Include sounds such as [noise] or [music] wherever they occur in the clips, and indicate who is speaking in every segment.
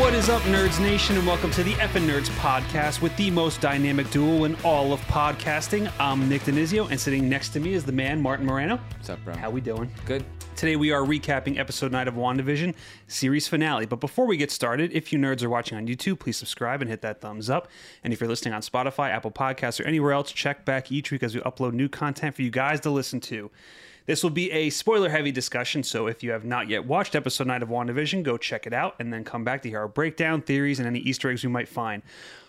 Speaker 1: What is up, Nerds Nation, and welcome to the Effin' Nerds podcast with the most dynamic duel in all of podcasting. I'm Nick Denizio, and sitting next to me is the man, Martin Morano.
Speaker 2: What's up, bro?
Speaker 1: How we doing?
Speaker 2: Good.
Speaker 1: Today we are recapping episode 9 of WandaVision series finale. But before we get started, if you nerds are watching on YouTube, please subscribe and hit that thumbs up. And if you're listening on Spotify, Apple Podcasts, or anywhere else, check back each week as we upload new content for you guys to listen to. This will be a spoiler heavy discussion, so if you have not yet watched episode 9 of WandaVision, go check it out and then come back to hear our breakdown, theories, and any Easter eggs we might find.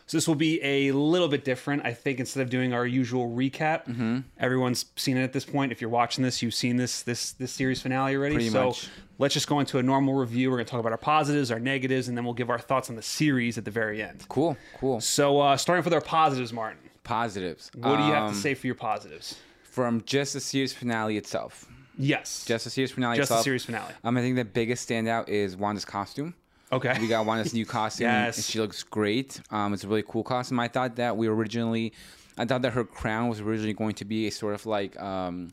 Speaker 1: So this will be a little bit different. I think instead of doing our usual recap,
Speaker 2: Mm-hmm.
Speaker 1: everyone's seen it at this point. If you're watching this, you've seen this this this series finale already.
Speaker 2: Pretty
Speaker 1: so
Speaker 2: much.
Speaker 1: let's just go into a normal review. We're gonna talk about our positives, our negatives, and then we'll give our thoughts on the series at the very end.
Speaker 2: Cool. Cool.
Speaker 1: So uh, starting with our positives, Martin,
Speaker 2: Positives.
Speaker 1: what do you have
Speaker 2: Um,
Speaker 1: to say for your positives?
Speaker 2: From just the series finale itself.
Speaker 1: Yes,
Speaker 2: Just the series finale
Speaker 1: Just the
Speaker 2: itself.
Speaker 1: series finale.
Speaker 2: Um, I think the biggest standout is Wanda's costume.
Speaker 1: Okay.
Speaker 2: We got Wanda's new costume. and-
Speaker 1: Yes.
Speaker 2: And she looks great. Um, it's a really cool costume. I thought that we originally, I thought that her crown was originally going to be a sort of like, um,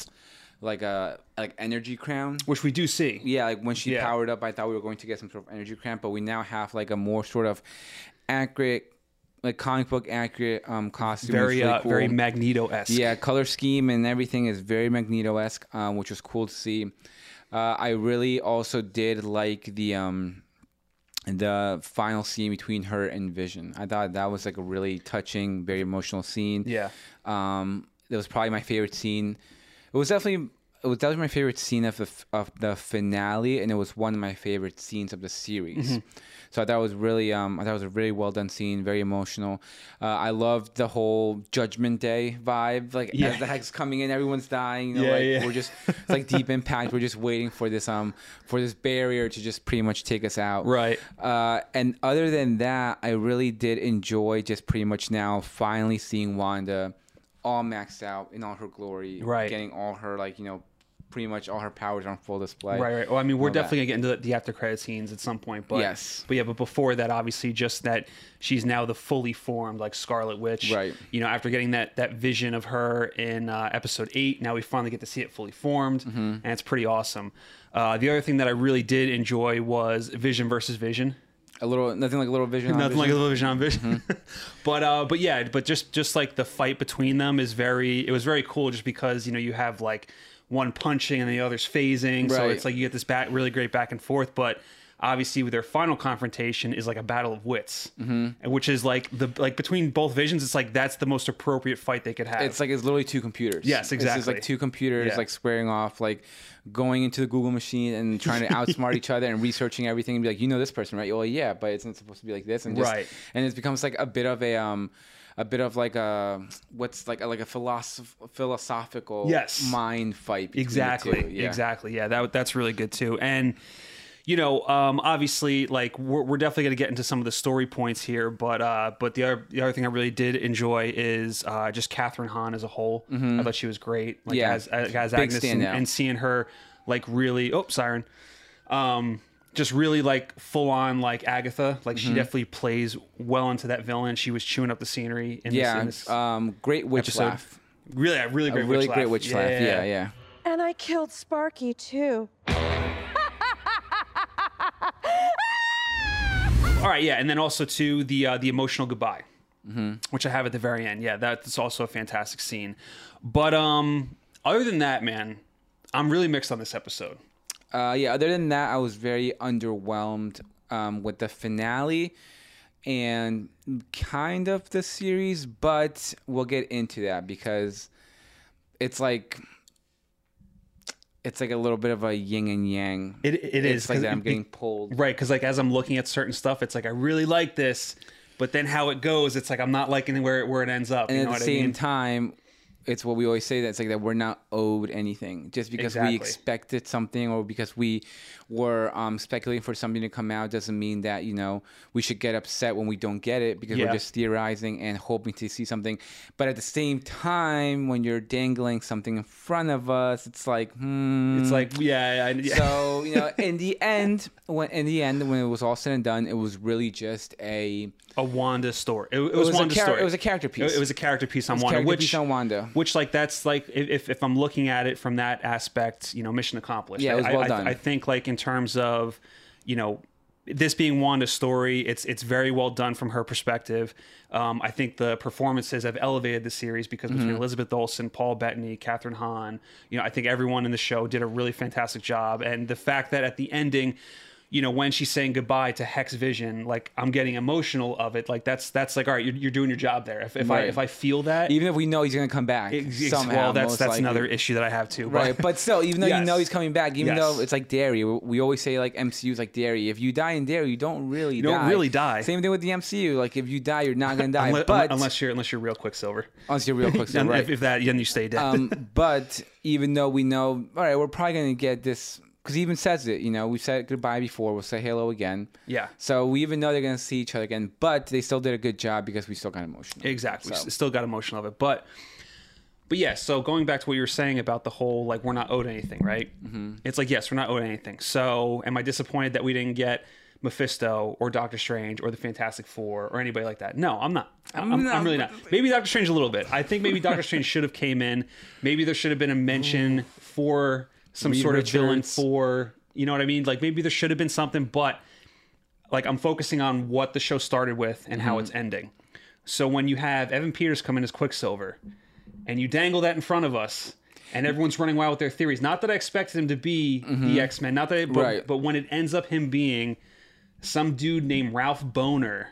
Speaker 2: like a like energy crown.
Speaker 1: which we do see.
Speaker 2: yeah, like when she
Speaker 1: Yeah.
Speaker 2: powered up, I thought we were going to get some sort of energy cramp, but we now have like a more sort of accurate, like comic book accurate um costume. which is
Speaker 1: Very
Speaker 2: really
Speaker 1: uh,
Speaker 2: cool.
Speaker 1: very Magneto esque.
Speaker 2: yeah, color scheme and everything is very Magneto esque, um, which was cool to see. Uh, I really also did like the um the final scene between her and Vision. I thought that was like a really touching, very emotional scene.
Speaker 1: Yeah.
Speaker 2: Um, that was probably my favorite scene. It was definitely it was definitely my favorite scene of the f- of the finale, and it was one of my favorite scenes of the series.
Speaker 1: Mm-hmm.
Speaker 2: So I thought it was really um I thought it was a really well done scene, very emotional. Uh, I loved the whole Judgment Day vibe, like
Speaker 1: Yeah.
Speaker 2: as the hex coming in, everyone's dying. You know,
Speaker 1: Yeah,
Speaker 2: like
Speaker 1: yeah.
Speaker 2: we're just it's like deep impact. We're just waiting for this um for this barrier to just pretty much take us out.
Speaker 1: Right.
Speaker 2: Uh, and other than that, I really did enjoy just pretty much now finally seeing Wanda all maxed out in all her glory.
Speaker 1: Right.
Speaker 2: Getting all her like you know pretty much all her powers on full display.
Speaker 1: Right, right. Well, I mean, we're
Speaker 2: All that.
Speaker 1: definitely gonna get into the, the after credit scenes at some point, but
Speaker 2: Yes.
Speaker 1: but yeah, but before that, obviously, just that she's now the fully formed like Scarlet Witch,
Speaker 2: Right.
Speaker 1: You know, after getting that that vision of her in uh, episode eight, now we finally get to see it fully formed,
Speaker 2: Mm-hmm.
Speaker 1: and it's pretty awesome. Uh, the other thing that I really did enjoy was Vision versus Vision.
Speaker 2: A little nothing like a little vision. on
Speaker 1: Nothing like a
Speaker 2: Vision. Mm-hmm.
Speaker 1: little Vision on Vision, [laughs] but uh, but yeah, but just just like the fight between them is very it was very cool just because you know you have like one punching and the other's phasing, so
Speaker 2: Right.
Speaker 1: it's like you get this back really great back and forth, but. Obviously, with their final confrontation is like a battle of wits, mm-hmm. which is like the like between both visions. It's like that's the most appropriate fight they could have.
Speaker 2: It's like it's literally two computers.
Speaker 1: Yes,
Speaker 2: It's just
Speaker 1: exactly.
Speaker 2: like two computers
Speaker 1: Yeah.
Speaker 2: like squaring off, like going into the Google machine
Speaker 1: [laughs]
Speaker 2: and trying to outsmart each other and researching everything and be like, you know this person, right? Well, yeah, but it's not supposed to be like this, and just,
Speaker 1: Right.
Speaker 2: And it becomes like a bit of a um, a bit of like a what's like a, like a philosoph- philosophical
Speaker 1: Yes.
Speaker 2: mind fight. between the
Speaker 1: exactly
Speaker 2: two, yeah.
Speaker 1: exactly yeah that that's really good too and you know um obviously like we're, we're definitely going to get into some of the story points here but uh but the other the other thing i really did enjoy is uh just catherine hahn as a whole i thought she was great like
Speaker 2: Mm-hmm. Yeah.
Speaker 1: as as, as
Speaker 2: Big
Speaker 1: agnes and,
Speaker 2: standout.
Speaker 1: and seeing her like really oh siren um just really like full on like agatha like
Speaker 2: Mm-hmm.
Speaker 1: she definitely plays well into that villain she was chewing up the scenery in this, in
Speaker 2: Yeah,
Speaker 1: this
Speaker 2: um, great witch
Speaker 1: episode
Speaker 2: laugh.
Speaker 1: really a really
Speaker 2: A
Speaker 1: great
Speaker 2: really
Speaker 1: witch
Speaker 2: great
Speaker 1: laugh.
Speaker 2: witch laugh. Yeah, yeah.
Speaker 3: And I killed Sparky too.
Speaker 1: All right, yeah, and then also to the uh, the emotional goodbye, which I have at the very end. Yeah, that's also a fantastic scene. But um, other than that, man, I'm really mixed on this episode.
Speaker 2: Uh, yeah, other than that, I was very underwhelmed um, with the finale and kind of the series, but we'll get into that because it's like it's like a little bit of a yin and yang.
Speaker 1: It it
Speaker 2: it's
Speaker 1: is
Speaker 2: like
Speaker 1: 'cause
Speaker 2: that I'm
Speaker 1: it-
Speaker 2: getting pulled.
Speaker 1: right because like as I'm looking at certain stuff, it's like I really like this, but then how it goes, it's like I'm not liking where it, where it ends up.
Speaker 2: And
Speaker 1: you
Speaker 2: at
Speaker 1: know
Speaker 2: the
Speaker 1: what
Speaker 2: same
Speaker 1: I mean?
Speaker 2: time, it's what we always say that's like that we're not owed anything just because
Speaker 1: Exactly.
Speaker 2: we expected something or because we were um, speculating for something to come out doesn't mean that you know we should get upset when we don't get it because
Speaker 1: Yeah.
Speaker 2: we're just theorizing and hoping to see something. But at the same time, when you're dangling something in front of us, it's like hmm.
Speaker 1: It's like yeah, I, yeah.
Speaker 2: So
Speaker 1: [laughs]
Speaker 2: you know, in the end, when in the end, when it was all said and done, it was really just a
Speaker 1: a Wanda story. It, it was,
Speaker 2: was a
Speaker 1: Wanda's
Speaker 2: char-
Speaker 1: story.
Speaker 2: it was a character piece.
Speaker 1: It, it was a character piece on
Speaker 2: was a
Speaker 1: Wanda.
Speaker 2: character
Speaker 1: which,
Speaker 2: piece on Wanda.
Speaker 1: Which, like, that's like if, if, if I'm looking at it from that aspect, you know, mission accomplished.
Speaker 2: Yeah, it was
Speaker 1: I-
Speaker 2: well
Speaker 1: I,
Speaker 2: done.
Speaker 1: I, think like in terms of, you know, this being Wanda's story, it's it's very well done from her perspective. Um, I think the performances have elevated the series because between
Speaker 2: Mm-hmm.
Speaker 1: Elizabeth Olsen, Paul Bettany, Catherine Hahn, you know, I think everyone in the show did a really fantastic job. And the fact that at the ending, you know, when she's saying goodbye to Hex Vision, like I'm getting emotional of it. Like that's that's like all right, you're, you're doing your job there. If, if I
Speaker 2: Right.
Speaker 1: if I feel that,
Speaker 2: Even if we know he's gonna come back
Speaker 1: ex-
Speaker 2: somehow,
Speaker 1: well, that's
Speaker 2: most
Speaker 1: that's
Speaker 2: likely.
Speaker 1: another issue that I have too.
Speaker 2: Right,
Speaker 1: [laughs]
Speaker 2: but still, even though
Speaker 1: Yes.
Speaker 2: you know he's coming back, even
Speaker 1: Yes.
Speaker 2: though it's like Dairy, we- we always say like MCU's like Dairy. If you die in Dairy, you don't really
Speaker 1: don't
Speaker 2: die.
Speaker 1: really die.
Speaker 2: Same thing with the MCU. Like if you die, you're not gonna die.
Speaker 1: unless,
Speaker 2: but [laughs]
Speaker 1: unless you're unless you're real Quicksilver,
Speaker 2: unless you're real quick, so
Speaker 1: [laughs] and
Speaker 2: right?
Speaker 1: if, if that then you stay dead. [laughs]
Speaker 2: um, but even though we know, all right, we're probably gonna get this because he even says it. You know, we said goodbye before. We'll say hello again.
Speaker 1: Yeah.
Speaker 2: So we even know they're gonna see each other again, but they still did a good job because we still got emotional.
Speaker 1: Exactly.
Speaker 2: So-
Speaker 1: S- Still got emotional of it, but but yeah. So going back to what you were saying about the whole like we're not owed anything, right? Mm-hmm. It's like yes, we're not owed anything. So am I disappointed that we didn't get Mephisto or Doctor Strange or the Fantastic Four or anybody like that? No, I'm not. I'm, I'm,
Speaker 2: not-
Speaker 1: I'm really not. Maybe Doctor Strange a little bit. I think maybe Doctor Strange should have came in. Maybe there should have been a mention for some
Speaker 2: Reed
Speaker 1: sort of villain
Speaker 2: Richards.
Speaker 1: for you know what I mean. Like maybe there should have been something, but like I'm focusing on what the show started with and how it's ending. So when you have Evan Peters come in as Quicksilver and you dangle that in front of us and everyone's running wild with their theories. Not that I expected him to be the X-Men, not that I, but,
Speaker 2: Mm-hmm. Right.
Speaker 1: but when it ends up him being some dude named Ralph Boner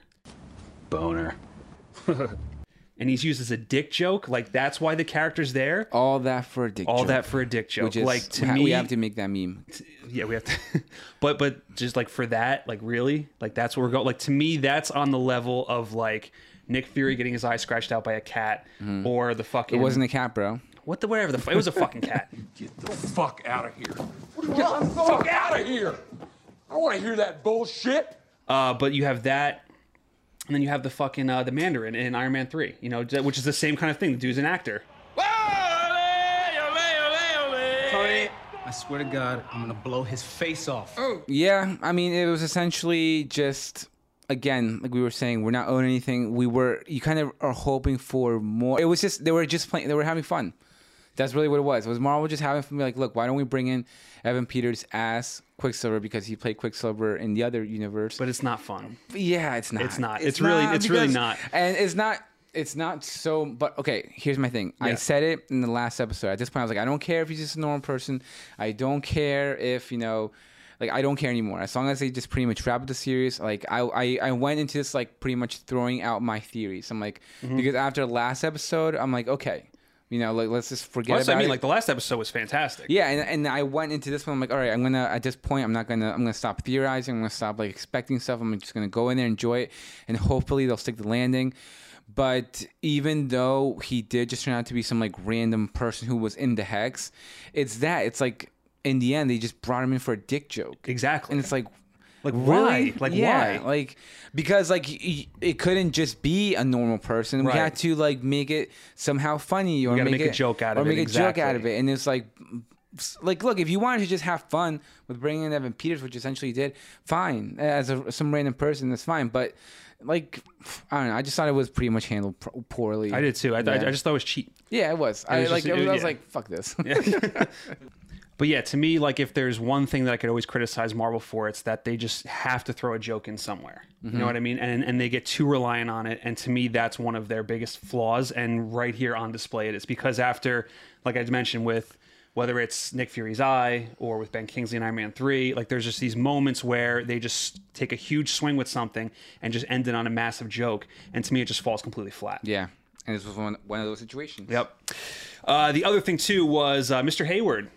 Speaker 4: Boner.
Speaker 1: [laughs] and he's used as a dick joke, like that's why the character's there.
Speaker 2: all that for a dick
Speaker 1: All
Speaker 2: joke.
Speaker 1: that for a dick joke.
Speaker 2: Oh, Which is,
Speaker 1: like to
Speaker 2: we, ha-
Speaker 1: me
Speaker 2: we have to make that meme.
Speaker 1: yeah, we have to. [laughs] but but just like for that, like really, like that's where we're going. Like to me, that's on the level of like Nick Fury getting his eye scratched out by a cat, or the fucking
Speaker 2: Mm-hmm. It wasn't a cat, bro.
Speaker 1: what the whatever the fu- it was a fucking cat.
Speaker 2: [laughs]
Speaker 5: Get the fuck out of here. Get the fuck out of here. I don't want to hear that bullshit.
Speaker 1: Uh, but you have that, and then you have the fucking uh, the Mandarin in Iron Man Three. You know, which is the same kind of thing. The dude's an actor.
Speaker 6: Tony, I swear to God, I'm gonna blow his face off.
Speaker 2: Oh. Yeah, I mean, it was essentially just again, like we were saying, we're not owning anything. We were you kind of are hoping for more. It was just they were just playing. They were having fun. That's really what it was. It was Marvel just having fun. Like, look, why don't we bring in Evan Peters as Quicksilver because he played Quicksilver in the other universe?
Speaker 1: But it's not fun.
Speaker 2: yeah, it's not.
Speaker 1: It's not. It's really- it's really not.
Speaker 2: And it's not. It's not so. But okay, here's my thing. I
Speaker 1: Yeah.
Speaker 2: said it in the last episode. At this point, I was like, I don't care if he's just a normal person. I don't care if you know, like, I don't care anymore. As long as they just pretty much wrap up the series. Like, I I, I went into this like pretty much throwing out my theories. I'm like,
Speaker 1: Mm-hmm.
Speaker 2: because after last episode, I'm like, okay, you know, like let's just forget
Speaker 1: Also, I
Speaker 2: about
Speaker 1: mean,
Speaker 2: it.
Speaker 1: like the last episode was fantastic.
Speaker 2: Yeah, and, and I went into this one. I'm like, all right, I'm gonna at this point, I'm not gonna, I'm gonna stop theorizing. I'm gonna stop like expecting stuff. I'm just gonna go in there, enjoy it, and hopefully they'll stick the landing. But even though he did just turn out to be some like random person who was in the hex, it's that it's like in the end they just brought him in for a dick joke.
Speaker 1: Exactly.
Speaker 2: And it's like,
Speaker 1: Like,
Speaker 2: really?
Speaker 1: why? Like,
Speaker 2: Yeah,
Speaker 1: why?
Speaker 2: Like because like y- it couldn't just be a normal person. We
Speaker 1: Right.
Speaker 2: had to like make it somehow funny or
Speaker 1: gotta
Speaker 2: make,
Speaker 1: make a joke out
Speaker 2: or
Speaker 1: of it,
Speaker 2: make a joke out of
Speaker 1: exactly.
Speaker 2: it. And it's like. s- Like, look, if you wanted to just have fun with bringing in Evan Peters, which essentially he did, fine. As a, some random person, that's fine. But, like, I don't know. I just thought it was pretty much handled pro- poorly.
Speaker 1: I did too. I, I,
Speaker 2: yeah.
Speaker 1: I just thought it was cheap.
Speaker 2: yeah, it was. I
Speaker 1: was
Speaker 2: like.
Speaker 1: just-
Speaker 2: I was, I was
Speaker 1: yeah.
Speaker 2: like, fuck this.
Speaker 1: But yeah, to me, like if there's one thing that I could always criticize Marvel for, it's that they just have to throw a joke in somewhere. You know what I mean? And and they get too reliant on it. And to me, that's one of their biggest flaws. And right here on display, it is because after, like I mentioned, with whether it's Nick Fury's Eye or with Ben Kingsley and Iron Man Three, like there's just these moments where they just take a huge swing with something and just end it on a massive joke. And to me, it just falls completely flat.
Speaker 2: [laughs] yeah, and this was one one of those situations.
Speaker 1: Yep. Uh, the other thing too was uh, Mr. Hayward.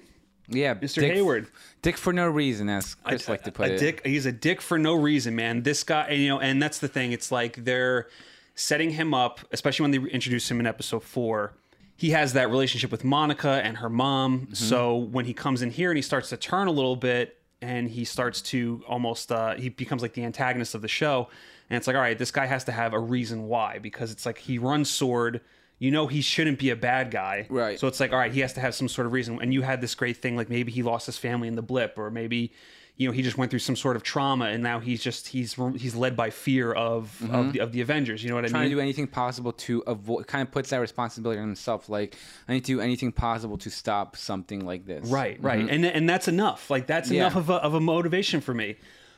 Speaker 2: Yeah,
Speaker 1: Mr. Hayward.
Speaker 2: Dick for no reason, as Chris like to put
Speaker 1: a
Speaker 2: it.
Speaker 1: dick he's a dick for no reason man this guy and, you know and that's the thing it's like they're setting him up especially when they introduce him in episode 4 he has that relationship with Monica and her mom
Speaker 2: Mm-hmm.
Speaker 1: so when he comes in here and he starts to turn a little bit and he starts to almost uh, he becomes like the antagonist of the show and it's like all right this guy has to have a reason why because it's like he runs sword you know he shouldn't be a bad guy
Speaker 2: Right.
Speaker 1: so it's like all right he has to have some sort of reason and you had this great thing like maybe he lost his family in the blip or maybe you know he just went through some sort of trauma and now he's just he's he's led by fear of of, the, of the avengers you know what i
Speaker 2: Mm-hmm. trying
Speaker 1: mean
Speaker 2: to do anything possible to avoid kind of puts that responsibility on himself like i need to do anything possible to stop something like this
Speaker 1: Right, right. And and that's enough. Like that's
Speaker 2: Mm-hmm. Yeah.
Speaker 1: enough of a, of a motivation for me.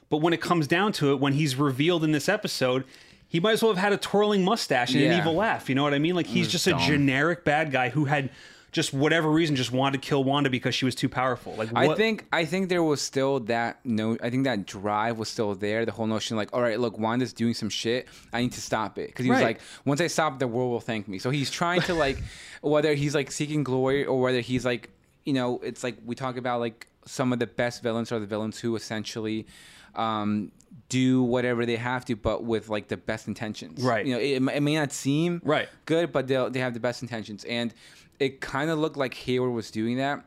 Speaker 1: But when it comes down to it, when he's revealed in this episode, he might as well have had a twirling mustache and an
Speaker 2: Yeah. Mm,
Speaker 1: evil laugh. You know what I mean? Like he's just a generic bad guy who had just whatever reason just wanted to kill Wanda because she was too powerful. Like
Speaker 2: I
Speaker 1: what-
Speaker 2: think I think there was still that no I think that drive was still there. The whole notion like, all right, look, Wanda's doing some shit. I need to stop it because he was
Speaker 1: Right.
Speaker 2: like, once I stop, the world will thank me. So he's trying to like, [laughs] whether he's like seeking glory or whether he's like, you know, it's like we talk about like some of the best villains are the villains who essentially. Um, do whatever they have to, but with like the best intentions.
Speaker 1: Right.
Speaker 2: You know, it, it may not seem
Speaker 1: Right.
Speaker 2: good, but they they have the best intentions. And it kind of looked like Hayward was doing that.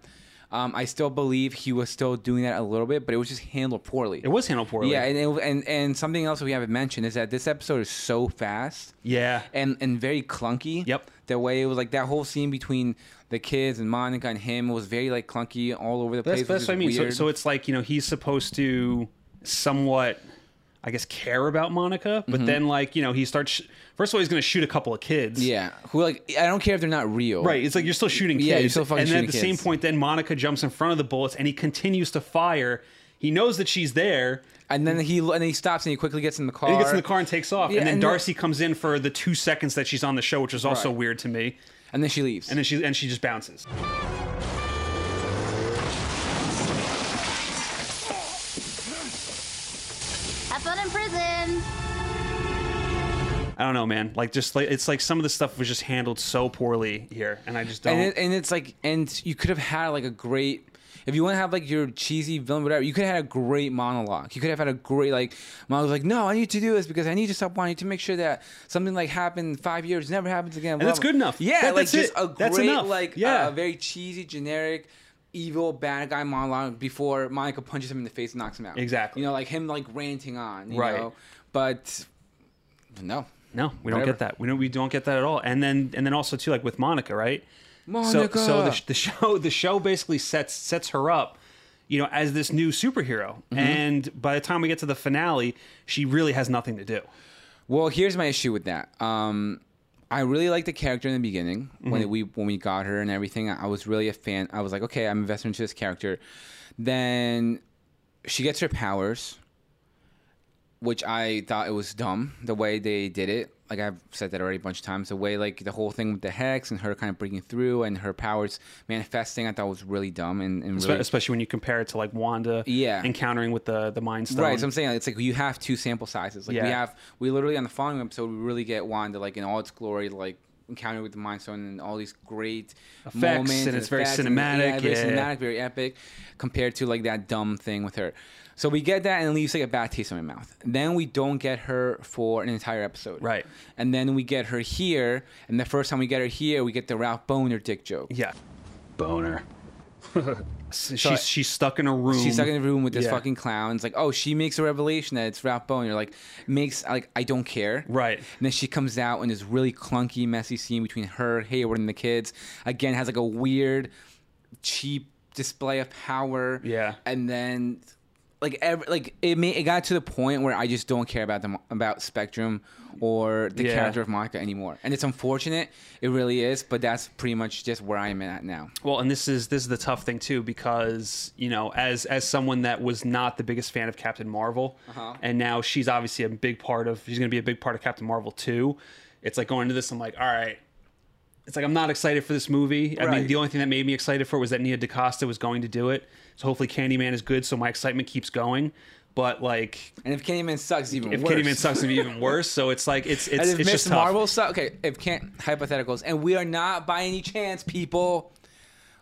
Speaker 2: Um, I still believe he was still doing that a little bit, but it was just handled poorly.
Speaker 1: it was handled poorly.
Speaker 2: Yeah, and, it, and and something else we haven't mentioned is that this episode is so fast.
Speaker 1: Yeah.
Speaker 2: And and very clunky.
Speaker 1: Yep.
Speaker 2: The way it was like that whole scene between the kids and Monica and him was very like clunky all over the
Speaker 1: That's,
Speaker 2: place. which
Speaker 1: that's
Speaker 2: is
Speaker 1: what I mean. So,
Speaker 2: weird.
Speaker 1: so it's like you know he's supposed to somewhat, I guess, care about Monica,
Speaker 2: Mm-hmm.
Speaker 1: but then like you know he starts. sh- First of all, he's going to shoot a couple of kids.
Speaker 2: yeah, who like I don't care if they're not real.
Speaker 1: Right, it's like you're still shooting kids.
Speaker 2: Yeah, you're still fucking
Speaker 1: And then at
Speaker 2: shooting
Speaker 1: the same
Speaker 2: kids.
Speaker 1: point, then Monica jumps in front of the bullets and he continues to fire. He knows that she's there.
Speaker 2: And then he and then he stops and he quickly gets in the car.
Speaker 1: And he gets in the car and takes off.
Speaker 2: Yeah,
Speaker 1: and then
Speaker 2: and the-
Speaker 1: Darcy comes in for the two seconds that she's on the show, which is also
Speaker 2: Right.
Speaker 1: weird to me.
Speaker 2: and then she leaves.
Speaker 1: And then she and she just bounces.
Speaker 4: Have fun in prison.
Speaker 1: I don't know, man. Like just like it's like some of the stuff was just handled so poorly here, and I just don't.
Speaker 2: and, it, and it's like and you could have had like a great if you want to have like your cheesy villain whatever you could have had a great monologue you could have had a great like monologue like no i need to do this because i need to stop wanting to make sure that something like happened five years never happens again blah,
Speaker 1: that's
Speaker 2: blah.
Speaker 1: good enough.
Speaker 2: yeah
Speaker 1: That-
Speaker 2: like
Speaker 1: that's
Speaker 2: just
Speaker 1: it.
Speaker 2: a
Speaker 1: That's
Speaker 2: great
Speaker 1: enough.
Speaker 2: like
Speaker 1: Yeah.
Speaker 2: yeah a very cheesy generic evil bad guy monologue before monica punches him in the face and knocks him out
Speaker 1: Exactly.
Speaker 2: you know like him like ranting on you
Speaker 1: Right.
Speaker 2: know but no
Speaker 1: No, we don't
Speaker 2: Whatever.
Speaker 1: get that. We don't. We don't get that at all. And then, and then also too, like with Monica, right?
Speaker 2: Monica.
Speaker 1: So, so the, sh- the show, the show basically sets sets her up, you know, as this new superhero.
Speaker 2: Mm-hmm.
Speaker 1: And by the time we get to the finale, she really has nothing to do.
Speaker 2: Well, here's my issue with that. Um, I really liked the character in the beginning when we when we got her and everything. I was really a fan. I was like, okay, I'm invested into this character. Then she gets her powers, which I thought it was dumb the way they did it. Like I've said that already a bunch of times. The way like the whole thing with the hex and her kind of breaking through and her powers manifesting, I thought was really dumb and, and
Speaker 1: Espe-
Speaker 2: really
Speaker 1: Especially when you compare it to like Wanda,
Speaker 2: Yeah.
Speaker 1: encountering with the the Mind Stone.
Speaker 2: Right, so I'm saying it's like you have two sample sizes. Like
Speaker 1: Yeah.
Speaker 2: we have, we literally on the following episode we really get Wanda like in all its glory, like encounter with the Mind Stone and all these great moments
Speaker 1: and it's very
Speaker 2: effects and-
Speaker 1: cinematic,
Speaker 2: yeah, very
Speaker 1: yeah.
Speaker 2: cinematic, very epic, compared to like that dumb thing with her. So we get that and it leaves like a bad taste in my mouth. Then we don't get her for an entire episode,
Speaker 1: Right.
Speaker 2: And then we get her here, and the first time we get her here, we get the Ralph Boner dick joke.
Speaker 1: yeah,
Speaker 6: Boner.
Speaker 1: So she's she's stuck in a room.
Speaker 2: She's stuck in a room with this
Speaker 1: Yeah.
Speaker 2: fucking clown. It's like, oh, she makes a revelation that it's Ralph Boner. Like, makes like I don't care.
Speaker 1: Right.
Speaker 2: And then she comes out in this really clunky, messy scene between her, Hayward, and the kids. Again, has like a weird, cheap display of power.
Speaker 1: Yeah.
Speaker 2: And then, like, every, like it made, it got to the point where I just don't care about them about Spectrum or the
Speaker 1: Yeah.
Speaker 2: character of Monica anymore. And it's unfortunate. It really is. But that's pretty much just where I'm at now.
Speaker 1: Well, and this is this is the tough thing too because you know, as as someone that was not the biggest fan of Captain Marvel,
Speaker 2: Uh-huh.
Speaker 1: and now she's obviously a big part of she's going to be a big part of Captain Marvel too. It's like going into this, I'm like, all right. It's like I'm not excited for this movie. I mean,
Speaker 2: Right.
Speaker 1: the only thing that made me excited for it was that Nia DaCosta was going to do it. So hopefully, Candyman is good. So my excitement keeps going. But like,
Speaker 2: And if Candyman sucks, it's even
Speaker 1: if
Speaker 2: worse.
Speaker 1: Candyman sucks, it'd be
Speaker 2: [laughs]
Speaker 1: even worse. So it's like it's it's,
Speaker 2: and if
Speaker 1: it's
Speaker 2: Miss
Speaker 1: just tough.
Speaker 2: Marvel sucks, okay, if can't hypotheticals, and we are not by any chance people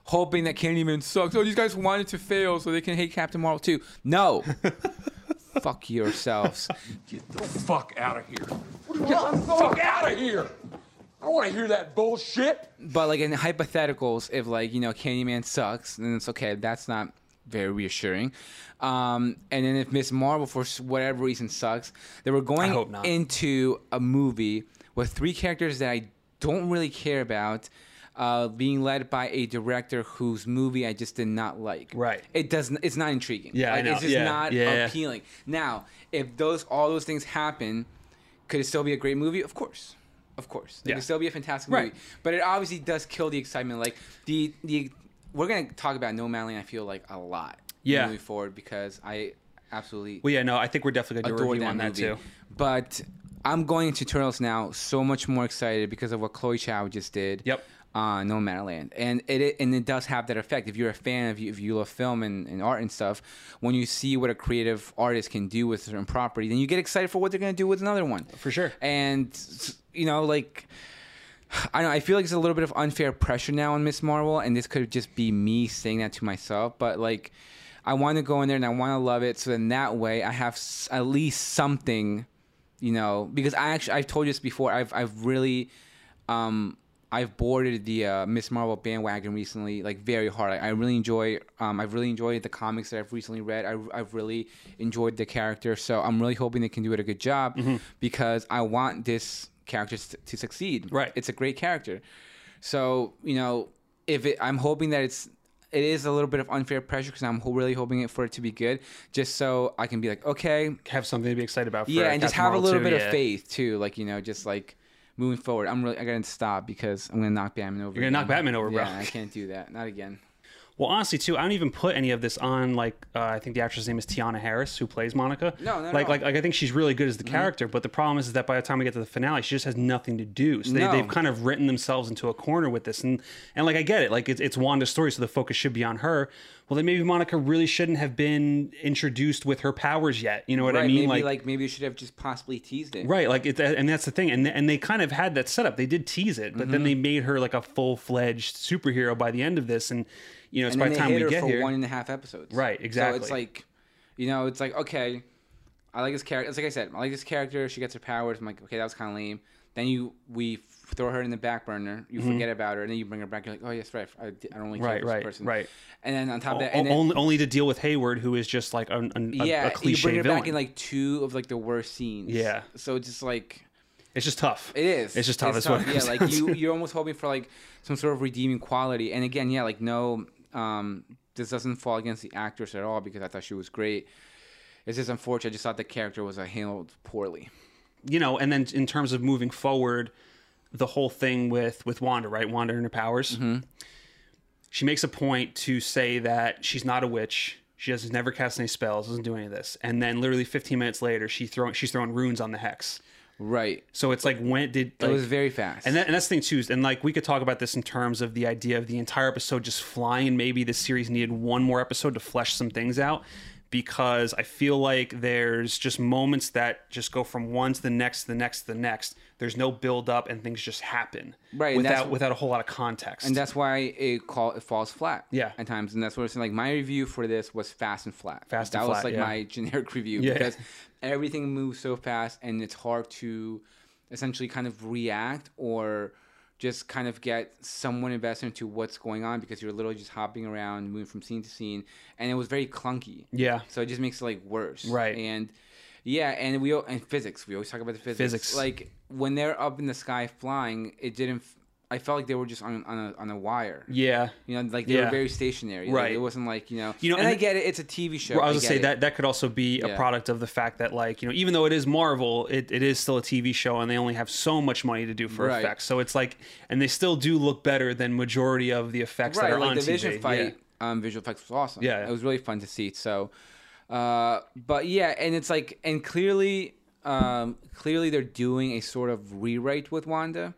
Speaker 2: hoping that Candyman sucks. Oh, these guys wanted to fail so they can hate Captain Marvel too.
Speaker 1: [laughs]
Speaker 2: No, fuck yourselves.
Speaker 5: Get the fuck out of here. Get the fuck out of here. I don't want to hear that bullshit.
Speaker 2: But like in hypotheticals, if like you know Candyman sucks, then it's okay. That's not very reassuring. Um, and then if Miss Marvel for s- whatever reason sucks, they were
Speaker 1: I
Speaker 2: going
Speaker 1: hope not.
Speaker 2: into a movie with three characters that I don't really care about. Uh, being led by a director whose movie I just did not like.
Speaker 1: Right.
Speaker 2: It doesn't. It's not intriguing.
Speaker 1: Yeah, I
Speaker 2: Like,
Speaker 1: know.
Speaker 2: It's just
Speaker 1: Yeah,
Speaker 2: not
Speaker 1: yeah.
Speaker 2: appealing. Now, if those all those things happen, could it still be a great movie? Of course. Of course. It
Speaker 1: Yeah.
Speaker 2: could still be a fantastic
Speaker 1: Right.
Speaker 2: movie. But it obviously does kill the excitement. Like the the we're gonna talk about No Man Land, I feel like a lot
Speaker 1: Yeah.
Speaker 2: moving forward because I absolutely
Speaker 1: Well, yeah, no, I think we're definitely going to do a
Speaker 2: adore
Speaker 1: review
Speaker 2: that
Speaker 1: on that
Speaker 2: movie.
Speaker 1: too.
Speaker 2: But I'm going into Turtles now, so much more excited because of what Chloe Chow just did.
Speaker 1: Yep.
Speaker 2: Uh, no Maryland, and it, it and it does have that effect. If you're a fan of if you love film and, and art and stuff, when you see what a creative artist can do with a certain property, then you get excited for what they're gonna do with another one.
Speaker 1: For sure.
Speaker 2: And you know, like I don't know. I feel like it's a little bit of unfair pressure now on Miss Marvel, and this could just be me saying that to myself. But like, I want to go in there and I want to love it. So then that way, I have s- at least something, you know. Because I actually, I've told you this before. I've I've really, um, I've boarded the uh, Miss Marvel bandwagon recently, like very hard. I, I really enjoy. Um, I've really enjoyed the comics that I've recently read. I, I've really enjoyed the character. So I'm really hoping they can do it a good job because I want this characters to succeed.
Speaker 1: Right.
Speaker 2: It's a great character. So you know, if it, I'm hoping that it's it is a little bit of unfair pressure because I'm ho- really hoping it for it to be good, just so I can be like, okay,
Speaker 1: Have something to be excited about. For
Speaker 2: yeah, and just
Speaker 1: Captain
Speaker 2: have a
Speaker 1: Marvel
Speaker 2: little
Speaker 1: too,
Speaker 2: bit
Speaker 1: yeah.
Speaker 2: of faith too, like you know, just like moving forward. I'm really I gotta stop because I'm gonna knock Batman over.
Speaker 1: You're gonna knock Batman over, bro.
Speaker 2: yeah, I can't do that. Not again.
Speaker 1: Well, honestly, too, I don't even put any of this on. Like, uh, I think the actress' name is Tiana Harris, who plays Monica.
Speaker 2: No, no,
Speaker 1: like,
Speaker 2: no.
Speaker 1: like, like, I think she's really good as the
Speaker 2: Mm-hmm.
Speaker 1: character. But the problem is, that by the time we get to the finale, she just has nothing to do. So they,
Speaker 2: No.
Speaker 1: they've kind of written themselves into a corner with this. And and like, I get it. Like, it's it's Wanda's story, so the focus should be on her. Well, then maybe Monica really shouldn't have been introduced with her powers yet. You know what
Speaker 2: right?
Speaker 1: I mean?
Speaker 2: maybe like, maybe you should have just possibly teased it.
Speaker 1: Right, like it, and that's the thing, and and they kind of had that setup. They did tease it, but
Speaker 2: Mm-hmm.
Speaker 1: then they made her like a full fledged superhero by the end of this, and you know it's
Speaker 2: And
Speaker 1: by
Speaker 2: then
Speaker 1: the
Speaker 2: they
Speaker 1: time
Speaker 2: hit
Speaker 1: we
Speaker 2: her
Speaker 1: get
Speaker 2: for
Speaker 1: here.
Speaker 2: one and a half episodes.
Speaker 1: Right,
Speaker 2: So
Speaker 1: exactly.
Speaker 2: it's like, you know, it's like okay, I like this character. It's like I said, I like this character. She gets her powers. I'm like, okay, that was kind of lame. Then you we f- throw her in the back burner. You forget about her, and then you bring her back. You're like, oh yes, right. I, I don't really care
Speaker 1: Mm-hmm. Right,
Speaker 2: for this
Speaker 1: right,
Speaker 2: person.
Speaker 1: right.
Speaker 2: And then on top of that,
Speaker 1: O-
Speaker 2: and then,
Speaker 1: only, only to deal with Hayward, who is just like an, an, a-
Speaker 2: yeah,
Speaker 1: a
Speaker 2: you
Speaker 1: cliche
Speaker 2: bring her
Speaker 1: villain.
Speaker 2: back in like two of like the worst scenes.
Speaker 1: Yeah.
Speaker 2: So it's just like
Speaker 1: it's just tough.
Speaker 2: it is.
Speaker 1: It's just tough. as well.
Speaker 2: Yeah, like you, you're almost hoping for like some sort of redeeming quality. And again, yeah, like no, um, this doesn't fall against the actress at all because I thought she was great. It's just unfortunate. I just thought the character was uh, handled poorly.
Speaker 1: [laughs] you know. And then in terms of moving forward, the whole thing with with Wanda, right? Wanda and her powers.
Speaker 2: Mm-hmm.
Speaker 1: She makes a point to say that she's not a witch. She has never cast any spells. Doesn't do any of this. And then literally 15 minutes later, she throwing she's throwing runes on the hex.
Speaker 2: Right.
Speaker 1: So it's like when did
Speaker 2: it was
Speaker 1: like-
Speaker 2: very fast.
Speaker 1: And, that, and that's the thing too. is- And like we could talk about this in terms of the idea of the entire episode just flying. And maybe this series needed one more episode to flesh some things out because I feel like there's just moments that just go from one to the next, to the next, to the next. There's no build up and things just happen
Speaker 2: Right, and that's-
Speaker 1: without without a whole lot of context.
Speaker 2: and that's why it call it falls flat.
Speaker 1: Yeah.
Speaker 2: At times, and that's what I'm saying. Like my review for this was fast and flat.
Speaker 1: Fast
Speaker 2: That
Speaker 1: and
Speaker 2: was
Speaker 1: flat,
Speaker 2: like
Speaker 1: yeah.
Speaker 2: my [laughs] generic review
Speaker 1: Yeah.
Speaker 2: because everything moves so fast, and it's hard to essentially kind of react or just kind of get someone invested into what's going on because you're literally just hopping around, moving from scene to scene, and it was very clunky.
Speaker 1: Yeah.
Speaker 2: So it just makes it like worse.
Speaker 1: Right.
Speaker 2: And yeah, and we al- and physics. We always talk about the physics.
Speaker 1: Physics.
Speaker 2: Like when they're up in the sky flying, it didn't. f- I felt like they were just on on a, on a wire.
Speaker 1: yeah.
Speaker 2: You know, like they
Speaker 1: Yeah.
Speaker 2: were very stationary. Like,
Speaker 1: Right.
Speaker 2: it wasn't like you know.
Speaker 1: You know,
Speaker 2: and,
Speaker 1: and
Speaker 2: I
Speaker 1: the-
Speaker 2: get it. It's a TV show.
Speaker 1: Well, I was gonna
Speaker 2: get
Speaker 1: say
Speaker 2: it.
Speaker 1: that that could also be a
Speaker 2: Yeah.
Speaker 1: product of the fact that like you know even though it is Marvel, it, it is still a TV show and they only have so much money to do for
Speaker 2: Right.
Speaker 1: effects. So it's like and they still do look better than majority of the effects that
Speaker 2: right.
Speaker 1: are on
Speaker 2: Like the
Speaker 1: TV.
Speaker 2: vision fight,
Speaker 1: Yeah.
Speaker 2: um, visual effects was awesome.
Speaker 1: Yeah.
Speaker 2: it was really fun to see. So, uh, but yeah, and it's like, and clearly, um, clearly they're doing a sort of rewrite with Wanda.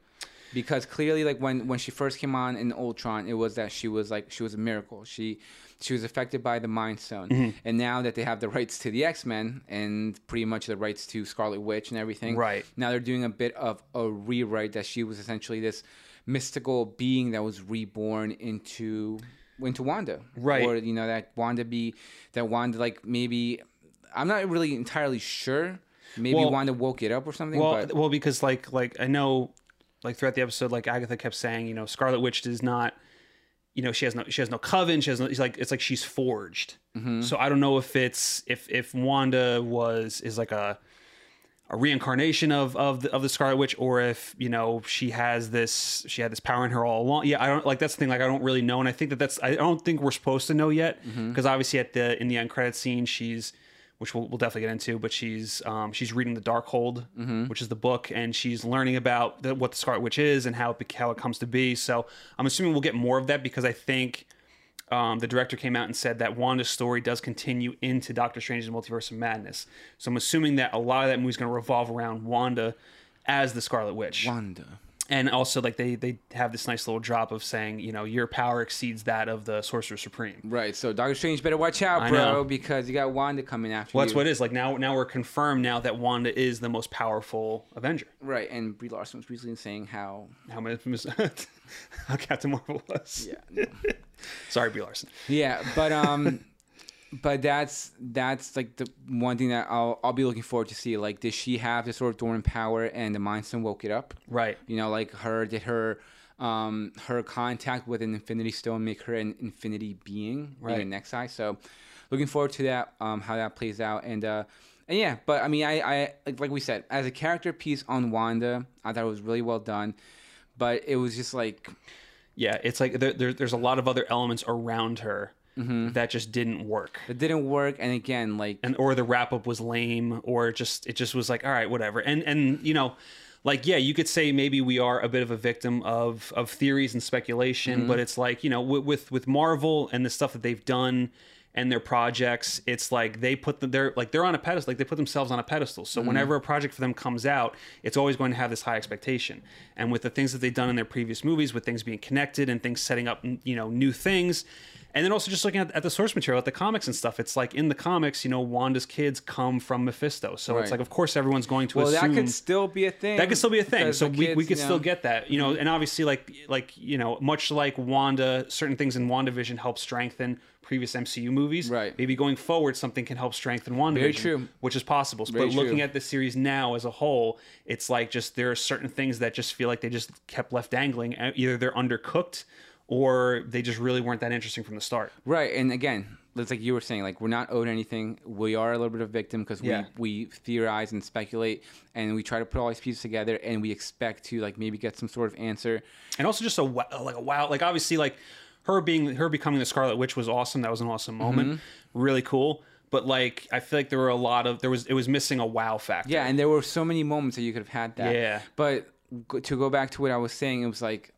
Speaker 2: Because clearly, like when, when she first came on in Ultron, it was that she was like she was a miracle. She she was affected by the Mind Stone,
Speaker 1: Mm-hmm.
Speaker 2: and now that they have the rights to the X Men and pretty much the rights to Scarlet Witch and everything,
Speaker 1: Right.
Speaker 2: now they're doing a bit of a rewrite that she was essentially this mystical being that was reborn into into Wanda.
Speaker 1: Right.
Speaker 2: Or you know that Wanda be that Wanda like maybe I'm not really entirely sure. Maybe
Speaker 1: Well-
Speaker 2: Wanda woke it up or something.
Speaker 1: Well,
Speaker 2: but
Speaker 1: well, because like like I know like throughout the episode, like Agatha kept saying, you know, Scarlet Witch does not. You know, she has no she has no coven. She has no. She's like it's like she's forged.
Speaker 2: Mm-hmm.
Speaker 1: So I don't know if it's if if Wanda was is like a a reincarnation of of the, of the Scarlet Witch, or if you know she has this she had this power in her all along. Yeah, I don't like that's the thing. Like I don't really know, and I think that that's I don't think we're supposed to know yet because obviously at the in the end credit scene she's which we'll, we'll definitely get into, but she's um, she's reading the Darkhold, which is the book, and she's learning about the, what the Scarlet Witch is and how it bec- how it comes to be. So I'm assuming we'll get more of that because I think um, the director came out and said that Wanda's story does continue into Doctor Strange's Multiverse of Madness. So I'm assuming that a lot of that movie's going to revolve around Wanda as the Scarlet Witch.
Speaker 2: Wanda.
Speaker 1: And also, like they they have this nice little drop of saying, you know, your power exceeds that of the Sorcerer Supreme.
Speaker 2: Right. So Doctor Strange better watch out,
Speaker 1: I know.
Speaker 2: bro, because you got Wanda coming after
Speaker 1: Well,
Speaker 2: you.
Speaker 1: that's what it is. Like now, now we're confirmed now that Wanda is the most powerful Avenger.
Speaker 2: Right. And Brie Larson was recently saying how
Speaker 1: How many? [laughs] how Captain Marvel was. [laughs]
Speaker 2: yeah, no.
Speaker 1: Sorry, B. Larson.
Speaker 2: yeah, but um, [laughs] but that's that's like the one thing that I'll I'll be looking forward to see. Like, does she have the sort of dormant power and the Mind Stone woke it up?
Speaker 1: Right.
Speaker 2: You know, like her did her um her contact with an Infinity Stone make her an Infinity being,
Speaker 1: Right.
Speaker 2: right? Next eye. So, looking forward to that. Um, how that plays out and uh. And yeah, but I mean, I, I like, like we said, as a character piece on Wanda, I thought it was really well done, but it was just like
Speaker 1: Yeah, it's like there, there, there's a lot of other elements around her
Speaker 2: Mm-hmm.
Speaker 1: that just didn't work,
Speaker 2: it didn't work. And again, like
Speaker 1: and or the wrap up was lame, or just it just was like all right, whatever. And and you know, like yeah, you could say maybe we are a bit of a victim of of theories and speculation, but it's like you know with, with with Marvel and the stuff that they've done and their projects, it's like they put them they're like they're on a pedestal, like they put themselves on a pedestal. So whenever a project for them comes out, it's always going to have this high expectation. And with the things that they've done in their previous movies, with things being connected and things setting up you know new things. And then also just looking at, at the source material, at the comics and stuff, it's like in the comics, you know, Wanda's kids come from Mephisto, so it's
Speaker 2: Right.
Speaker 1: like of course everyone's going to
Speaker 2: Well,
Speaker 1: assume
Speaker 2: that could still be a thing.
Speaker 1: that could still be a thing.
Speaker 2: because
Speaker 1: So we,
Speaker 2: the
Speaker 1: we
Speaker 2: kids,
Speaker 1: could
Speaker 2: you
Speaker 1: still
Speaker 2: know-
Speaker 1: get that, you know. And obviously, like like you know, much like Wanda, certain things in WandaVision help strengthen previous MCU movies.
Speaker 2: Right.
Speaker 1: Maybe going forward, something can help strengthen WandaVision,
Speaker 2: true.
Speaker 1: which is possible.
Speaker 2: Very
Speaker 1: but looking
Speaker 2: true.
Speaker 1: at the series now as a whole, it's like just there are certain things that just feel like they just kept left dangling. Uh, Either they're undercooked. Or they just really weren't that interesting from the start.
Speaker 2: right. And again, it's like you were saying, like we're not owed anything. We are a little bit of victim because
Speaker 1: Yeah.
Speaker 2: we we theorize and speculate, and we try to put all these pieces together, and we expect to like maybe get some sort of answer.
Speaker 1: and also just a wa- like a wow like obviously like her being her becoming the scarlet witch was awesome that was an awesome moment
Speaker 2: Mm-hmm.
Speaker 1: really cool but like i feel like there were a lot of there was it was missing a wow factor
Speaker 2: Yeah, and there were so many moments that you could have had that.
Speaker 1: Yeah.
Speaker 2: But go- to go back to what I was saying, it was like,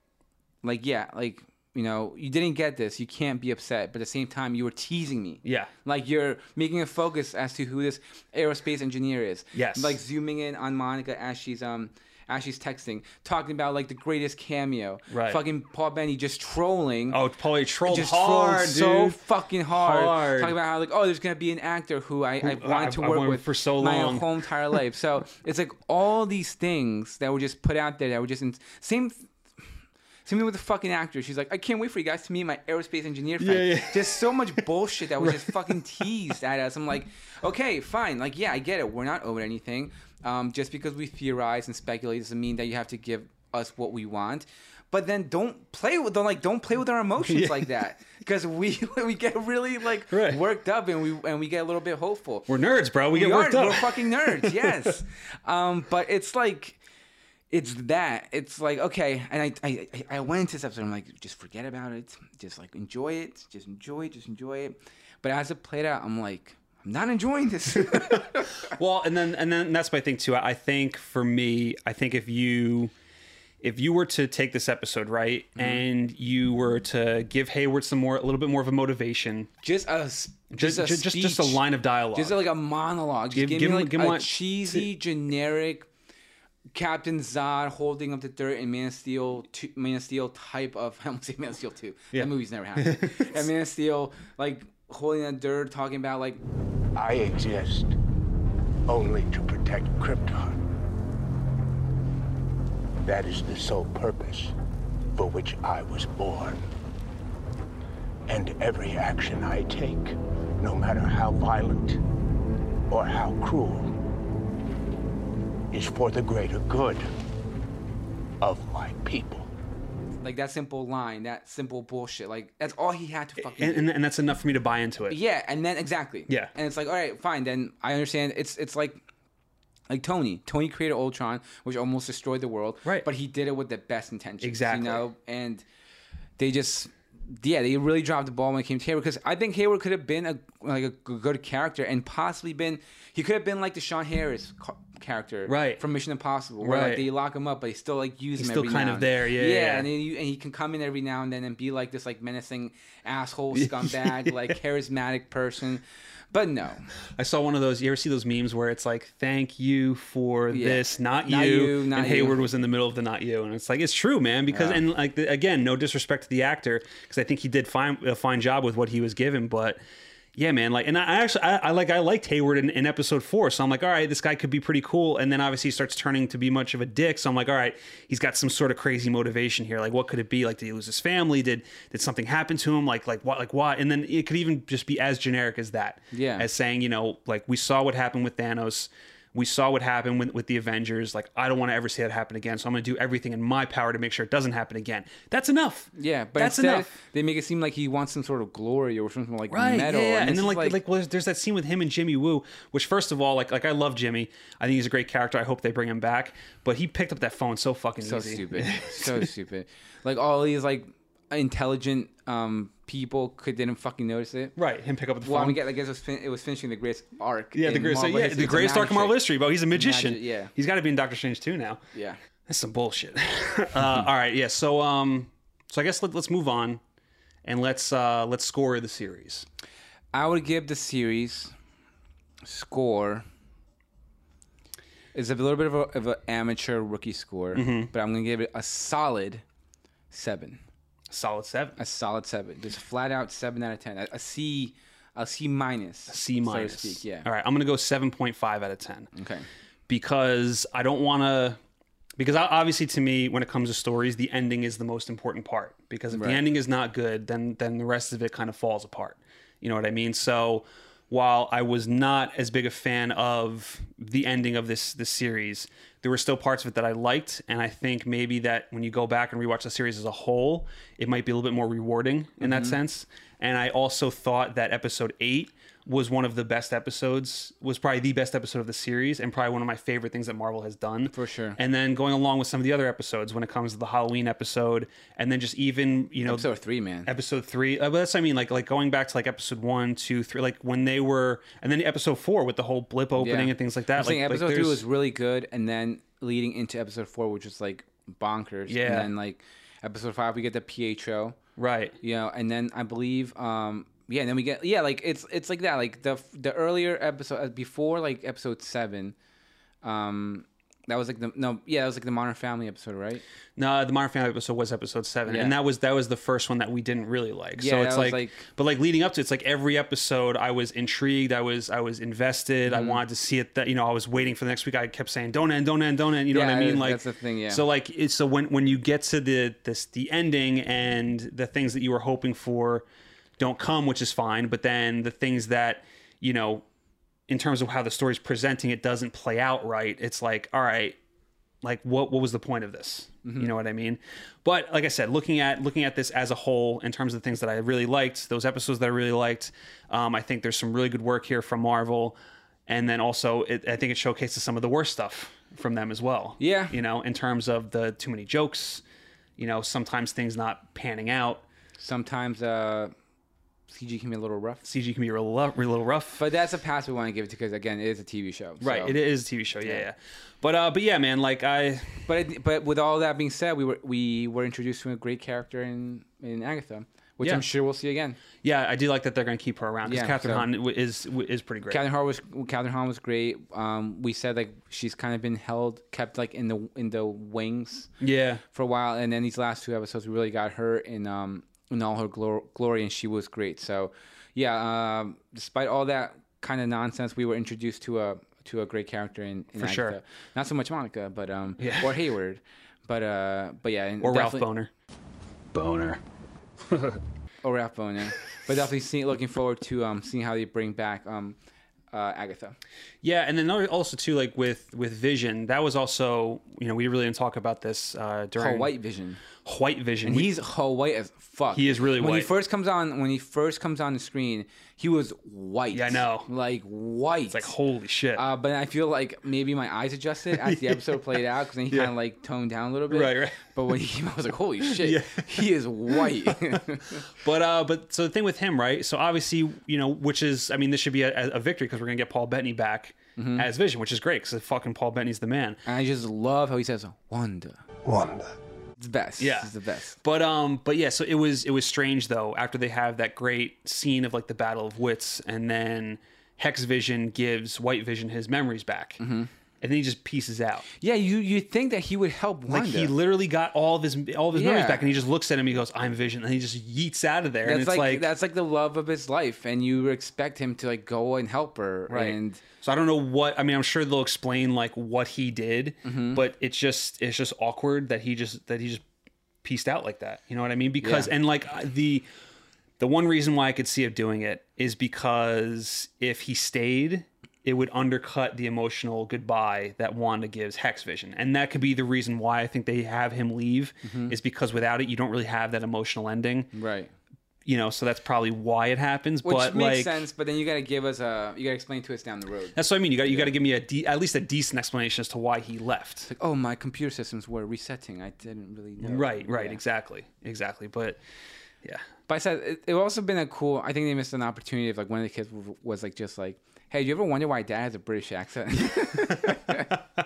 Speaker 2: like yeah, like you know, you didn't get this. You can't be upset, but at the same time, you were teasing me.
Speaker 1: Yeah.
Speaker 2: Like you're making a focus as to who this aerospace engineer is.
Speaker 1: Yes.
Speaker 2: Like zooming in on Monica as she's um. As she's texting, talking about like the greatest cameo,
Speaker 1: Right.
Speaker 2: fucking Paul Benny just trolling.
Speaker 1: oh probably trolled
Speaker 2: just
Speaker 1: hard
Speaker 2: trolled so
Speaker 1: dude.
Speaker 2: fucking hard.
Speaker 1: Hard.
Speaker 2: Talking about how like, oh, there's gonna be an actor who I, I wanted to
Speaker 1: I- I
Speaker 2: work
Speaker 1: wanted
Speaker 2: with
Speaker 1: for so long.
Speaker 2: my
Speaker 1: [laughs]
Speaker 2: whole entire life. So it's like all these things that were just put out there that were just in, same. Same thing with the fucking actor. She's like, I can't wait for you guys to meet my aerospace engineer friend.
Speaker 1: Yeah, yeah.
Speaker 2: Just
Speaker 1: [laughs]
Speaker 2: so much bullshit that was just fucking teased at us. I'm like, okay, fine. Like, yeah, I get it. We're not owed anything. Um, just because we theorize and speculate doesn't mean that you have to give us what we want. But then don't play with don't like don't play with our emotions like that because we [laughs] we get really like
Speaker 1: Right.
Speaker 2: worked up and we and we get a little bit hopeful.
Speaker 1: we're nerds bro we,
Speaker 2: We
Speaker 1: get worked
Speaker 2: are,
Speaker 1: up
Speaker 2: We're fucking
Speaker 1: [laughs]
Speaker 2: nerds. Yes. um, but it's like, it's that. It's like okay, and I, I I I went into this episode. I'm like, just forget about it. Just like enjoy it. Just enjoy it. Just enjoy it. But as it played out, I'm like, I'm not enjoying this. [laughs]
Speaker 1: well and then and then that's my thing too I, I think for me i think if you if you were to take this episode right
Speaker 2: Mm-hmm.
Speaker 1: and you were to give hayward some more a little bit more of a motivation
Speaker 2: just a s-
Speaker 1: just
Speaker 2: just a
Speaker 1: just, just, just a
Speaker 2: speech.
Speaker 1: line of dialogue
Speaker 2: Just like a monologue. Just
Speaker 1: Give-
Speaker 2: give,
Speaker 1: give
Speaker 2: me
Speaker 1: him-
Speaker 2: like
Speaker 1: give him
Speaker 2: a
Speaker 1: what-
Speaker 2: cheesy, generic Captain Zod holding up the dirt in Man of Steel, two, Man of Steel type of. [laughs] I almost say Man of Steel two. That movie's never happened.
Speaker 1: [laughs]
Speaker 2: and Man of Steel, like holding the dirt, talking about like
Speaker 7: I exist only to protect Krypton. That is the sole purpose for which I was born. And every action I take, no matter how violent or how cruel, is for the greater good of my people.
Speaker 2: like that simple line, that simple bullshit. Like that's all he had to fucking.
Speaker 1: and, and, and that's enough for me to buy into it
Speaker 2: Yeah, and then exactly.
Speaker 1: Yeah.
Speaker 2: And it's like, all right, fine. Then I understand. It's it's like. Like Tony, Tony created Ultron, which almost destroyed the world.
Speaker 1: Right.
Speaker 2: but he did it with the best intentions.
Speaker 1: Exactly.
Speaker 2: You know, and they just, yeah, they really dropped the ball when it came to Hayward because I think Hayward could have been a like a good character and possibly been he could have been like the Sean Harris ca- character
Speaker 1: Right.
Speaker 2: from Mission Impossible, where
Speaker 1: Right.
Speaker 2: like they lock him up, but he still like use
Speaker 1: He's
Speaker 2: him
Speaker 1: still
Speaker 2: every
Speaker 1: kind
Speaker 2: now
Speaker 1: of
Speaker 2: and-
Speaker 1: there, yeah,
Speaker 2: yeah,
Speaker 1: yeah.
Speaker 2: And, he, and he can come in every now and then and be like this like menacing
Speaker 1: [laughs]
Speaker 2: asshole scumbag, like charismatic person, but no,
Speaker 1: I saw one of those. You ever see those memes where it's like, "Thank you for
Speaker 2: Yeah.
Speaker 1: this, not,
Speaker 2: Not
Speaker 1: you."
Speaker 2: you, not
Speaker 1: and
Speaker 2: you.
Speaker 1: Hayward was in the middle of the "not you," and it's like it's true, man. Because and like the, again, no disrespect to the actor, because I think he did fine a fine job with what he was given, but. Yeah, man. Like, and I I actually, I, I like, I liked Hayward in, in episode four, so I'm like, all right, this guy could be pretty cool. And then obviously he starts turning to be much of a dick, so I'm like, all right, he's got some sort of crazy motivation here. Like, what could it be? Like, did he lose his family? Did did something happen to him? Like, like what? Like why? And then it could even just be as generic as that.
Speaker 2: Yeah.
Speaker 1: As saying, you know, like we saw what happened with Thanos. We saw what happened with, with the Avengers. Like, I don't want to ever see that happen again. So I'm going to do everything in my power to make sure it doesn't happen again. That's enough.
Speaker 2: yeah. But
Speaker 1: that's
Speaker 2: instead,
Speaker 1: enough.
Speaker 2: they make it seem like he wants some sort of glory or something like
Speaker 1: Right.
Speaker 2: metal,
Speaker 1: yeah, yeah. And,
Speaker 2: it's
Speaker 1: then
Speaker 2: just
Speaker 1: like like, well, there's, there's that scene with him and Jimmy Woo, which first of all, like like I love Jimmy. I think he's a great character. I hope they bring him back. But he picked up that phone so fucking [laughs]
Speaker 2: so
Speaker 1: easy.
Speaker 2: stupid so stupid like all these like intelligent um people could didn't fucking notice it
Speaker 1: Right. Him pick up the
Speaker 2: well i
Speaker 1: phone.
Speaker 2: mean i guess it was, fin- it was finishing the greatest arc
Speaker 1: yeah, the
Speaker 2: in
Speaker 1: greatest.
Speaker 2: Marvel
Speaker 1: yeah,
Speaker 2: history.
Speaker 1: the
Speaker 2: It's a
Speaker 1: greatest Dark
Speaker 2: magic
Speaker 1: Marvel
Speaker 2: trick.
Speaker 1: history, bro. He's a magician.
Speaker 2: Magic- yeah.
Speaker 1: He's got to be in Doctor Strange too now.
Speaker 2: yeah
Speaker 1: That's some bullshit. [laughs] uh, all right, yeah. So, um, so I guess let, let's move on, and let's uh, let's score the series.
Speaker 2: i would give the series score it's a little bit of a, of an amateur rookie score
Speaker 1: Mm-hmm.
Speaker 2: but i'm gonna give it a solid seven
Speaker 1: Solid seven.
Speaker 2: a solid seven just flat out seven out of ten a, a c a c minus
Speaker 1: C minus.
Speaker 2: so to speak yeah
Speaker 1: All right, I'm gonna go seven point five out of ten.
Speaker 2: okay
Speaker 1: because I don't want to. Because o- obviously, to me, when it comes to stories, the ending is the most important part. Because if the ending is not good, then then the rest of it kind of falls apart. You know what I mean? So while I was not as big a fan of the ending of this this series, there were still parts of it that I liked, and I think maybe that when you go back and rewatch the series as a whole, it might be a little bit more rewarding in that sense. And I also thought that episode eight was one of the best episodes, was probably the best episode of the series, and probably one of my favorite things that Marvel has done. For
Speaker 2: sure.
Speaker 1: And then going along with some of the other episodes when it comes to the Halloween episode, and then just even, you know,
Speaker 2: episode three man
Speaker 1: episode three. Uh, but that's what I mean, like like going back to like episode one, two, three, like when they were, and then episode four with the whole blip opening and things like that.
Speaker 2: I'm
Speaker 1: like,
Speaker 2: saying
Speaker 1: like
Speaker 2: episode three
Speaker 1: there's-
Speaker 2: was really good, and then leading into episode four, which is like bonkers.
Speaker 1: Yeah.
Speaker 2: And then like episode five, we get the Pietro.
Speaker 1: right.
Speaker 2: You know, and then I believe, um, yeah, and then we get yeah, like it's it's like that. Like the the earlier episode uh, before like episode seven, um, that was like the no yeah, that was like the Modern Family episode, right?
Speaker 1: No, the Modern Family episode was episode seven,
Speaker 2: Yeah.
Speaker 1: and that was that was the first one that we didn't really like. so
Speaker 2: Yeah,
Speaker 1: it's
Speaker 2: that
Speaker 1: like,
Speaker 2: was like-
Speaker 1: but like leading up to it's like every episode, I was intrigued, I was I was invested, I
Speaker 2: Mm-hmm.
Speaker 1: wanted to see it. That you know, I was waiting for the next week. I kept saying, "Don't end, don't end, don't end." You know
Speaker 2: Yeah,
Speaker 1: what I mean?
Speaker 2: that's-
Speaker 1: Like
Speaker 2: that's the thing, yeah.
Speaker 1: So like, it's so when when you get to the this the ending and the things that you were hoping for don't come, which is fine, but then the things that you know. In terms of how the story's presenting, it doesn't play out right. It's like, all right, like what what was the point of this
Speaker 2: Mm-hmm.
Speaker 1: you know what i mean but like i said looking at looking at this as a whole in terms of the things that i really liked those episodes that i really liked um, i think there's some really good work here from marvel and then also it, i think it showcases some of the worst stuff from them as well
Speaker 2: Yeah.
Speaker 1: you know in terms of the too many jokes you know sometimes things not panning out
Speaker 2: Sometimes uh, CG can be a little rough.
Speaker 1: cg can be a little, rough- a little rough
Speaker 2: But that's a pass we want to give it to because again, it is a TV show.
Speaker 1: right
Speaker 2: so.
Speaker 1: it is a tv show yeah yeah but uh but yeah man like i
Speaker 2: But it, but with all that being said, we were we were introduced to a great character in in Agatha, which
Speaker 1: Yeah.
Speaker 2: I'm sure we'll see again.
Speaker 1: yeah i do like that they're gonna keep her around because
Speaker 2: Yeah,
Speaker 1: catherine
Speaker 2: so-
Speaker 1: hahn w- is w- is pretty great
Speaker 2: Catherine Hahn was Catherine Hahn was great. Um, we said like she's kind of been held kept like in the in the wings
Speaker 1: yeah
Speaker 2: for a while, and then these last two episodes we really got her in um in all her glor- glory, and she was great. So yeah, um, despite all that kind of nonsense, we were introduced to a to a great character in, in
Speaker 1: For sure.
Speaker 2: Agatha. Not so much Monica, but um
Speaker 1: Yeah.
Speaker 2: or Hayward, but uh but yeah, and
Speaker 1: or ralph
Speaker 2: definitely-
Speaker 1: boner
Speaker 6: Boner.
Speaker 2: or Ralph Boner. But definitely seeing, looking forward to um, seeing how they bring back um, uh, Agatha.
Speaker 1: Yeah, and then another- also too, like with with Vision, that was also you know we really didn't talk about this uh, during
Speaker 2: Her white vision.
Speaker 1: White Vision.
Speaker 2: And
Speaker 1: We-
Speaker 2: he's her white as fuck.
Speaker 1: He is really
Speaker 2: when
Speaker 1: white.
Speaker 2: he first comes on. When he first comes on the screen, he was white.
Speaker 1: Yeah, I know.
Speaker 2: Like white.
Speaker 1: like holy shit.
Speaker 2: Uh, but I feel like maybe my eyes adjusted
Speaker 1: [laughs]
Speaker 2: as the episode played out because then he
Speaker 1: Yeah.
Speaker 2: kind of like toned down a little bit.
Speaker 1: Right, right.
Speaker 2: But when he came out, I was like, holy shit, he
Speaker 1: [laughs]
Speaker 2: is white. [laughs]
Speaker 1: but uh, but so the thing with him, right? So obviously you know which is I mean this should be a, a victory because we're gonna get Paul Bettany back. as Vision, which is great because fucking Paul Bettany's the man.
Speaker 2: And I just love how he says Wanda.
Speaker 7: Wanda.
Speaker 2: It's the best.
Speaker 1: Yeah.
Speaker 2: It's the best.
Speaker 1: But um, but yeah, so it was it was strange though. After they have that great scene of like the battle of wits, and then Hex Vision gives White Vision his memories back, and then he just pieces out.
Speaker 2: Yeah, you you think that he would help Wanda?
Speaker 1: Like he literally got all of his all of his memories
Speaker 2: Yeah.
Speaker 1: back, and he just looks at him. He goes, "I'm Vision," and he just yeets out of there. and
Speaker 2: that's
Speaker 1: it's
Speaker 2: like,
Speaker 1: like,
Speaker 2: that's like the love of his life, and you expect him to like go and help her.
Speaker 1: right.
Speaker 2: And
Speaker 1: so I don't know what I mean. I'm sure they'll explain like what he did,
Speaker 2: Mm-hmm.
Speaker 1: but it's just it's just awkward that he just that he just pieced out like that. You know what I mean? Because
Speaker 2: Yeah.
Speaker 1: and like I- the the one reason why I could see of doing it is because if he stayed. It would undercut the emotional goodbye that Wanda gives Hex Vision, and that could be the reason why I think they have him leave.
Speaker 2: Mm-hmm.
Speaker 1: Is because without it, you don't really have that emotional ending.
Speaker 2: right.
Speaker 1: you know, so that's probably why it happens.
Speaker 2: Which
Speaker 1: but
Speaker 2: makes
Speaker 1: like,
Speaker 2: sense, but then you gotta give us a you gotta explain to us down the road.
Speaker 1: that's what I mean. You got you got to give me a de- at least a decent explanation as to why he left.
Speaker 2: Oh, my computer systems were resetting. I didn't really know.
Speaker 1: Right, right,
Speaker 2: Yeah.
Speaker 1: exactly, exactly. But yeah,
Speaker 2: But I said it, it would also been a cool. I think they missed an opportunity if like one of the kids w- was like just like, "Hey, do you ever wonder why Dad has a British accent?" [laughs]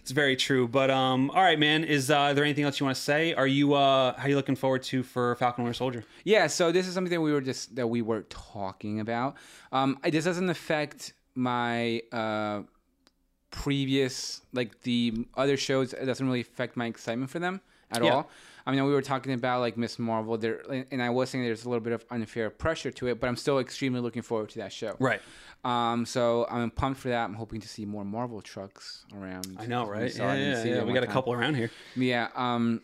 Speaker 1: it's very true. But um, all right, man. Is uh, there anything else you want to say? Are you uh, how you looking forward to for Falcon Winter Soldier?
Speaker 2: yeah. So this is something that we were just that we were talking about. Um, I- this doesn't affect my uh previous like the other shows. It doesn't really affect my excitement for them at
Speaker 1: Yeah.
Speaker 2: all. I mean, we were talking about like Miss Marvel there, and I was saying there's a little bit of unfair pressure to it, but I'm still extremely looking forward to that show.
Speaker 1: Right.
Speaker 2: Um, so I'm pumped for that. I'm hoping to see more Marvel trucks around.
Speaker 1: I know,
Speaker 2: We
Speaker 1: right?
Speaker 2: saw it
Speaker 1: Yeah,
Speaker 2: in the
Speaker 1: yeah,
Speaker 2: theater
Speaker 1: yeah. We
Speaker 2: one
Speaker 1: got a
Speaker 2: time.
Speaker 1: couple around here.
Speaker 2: Yeah. Um,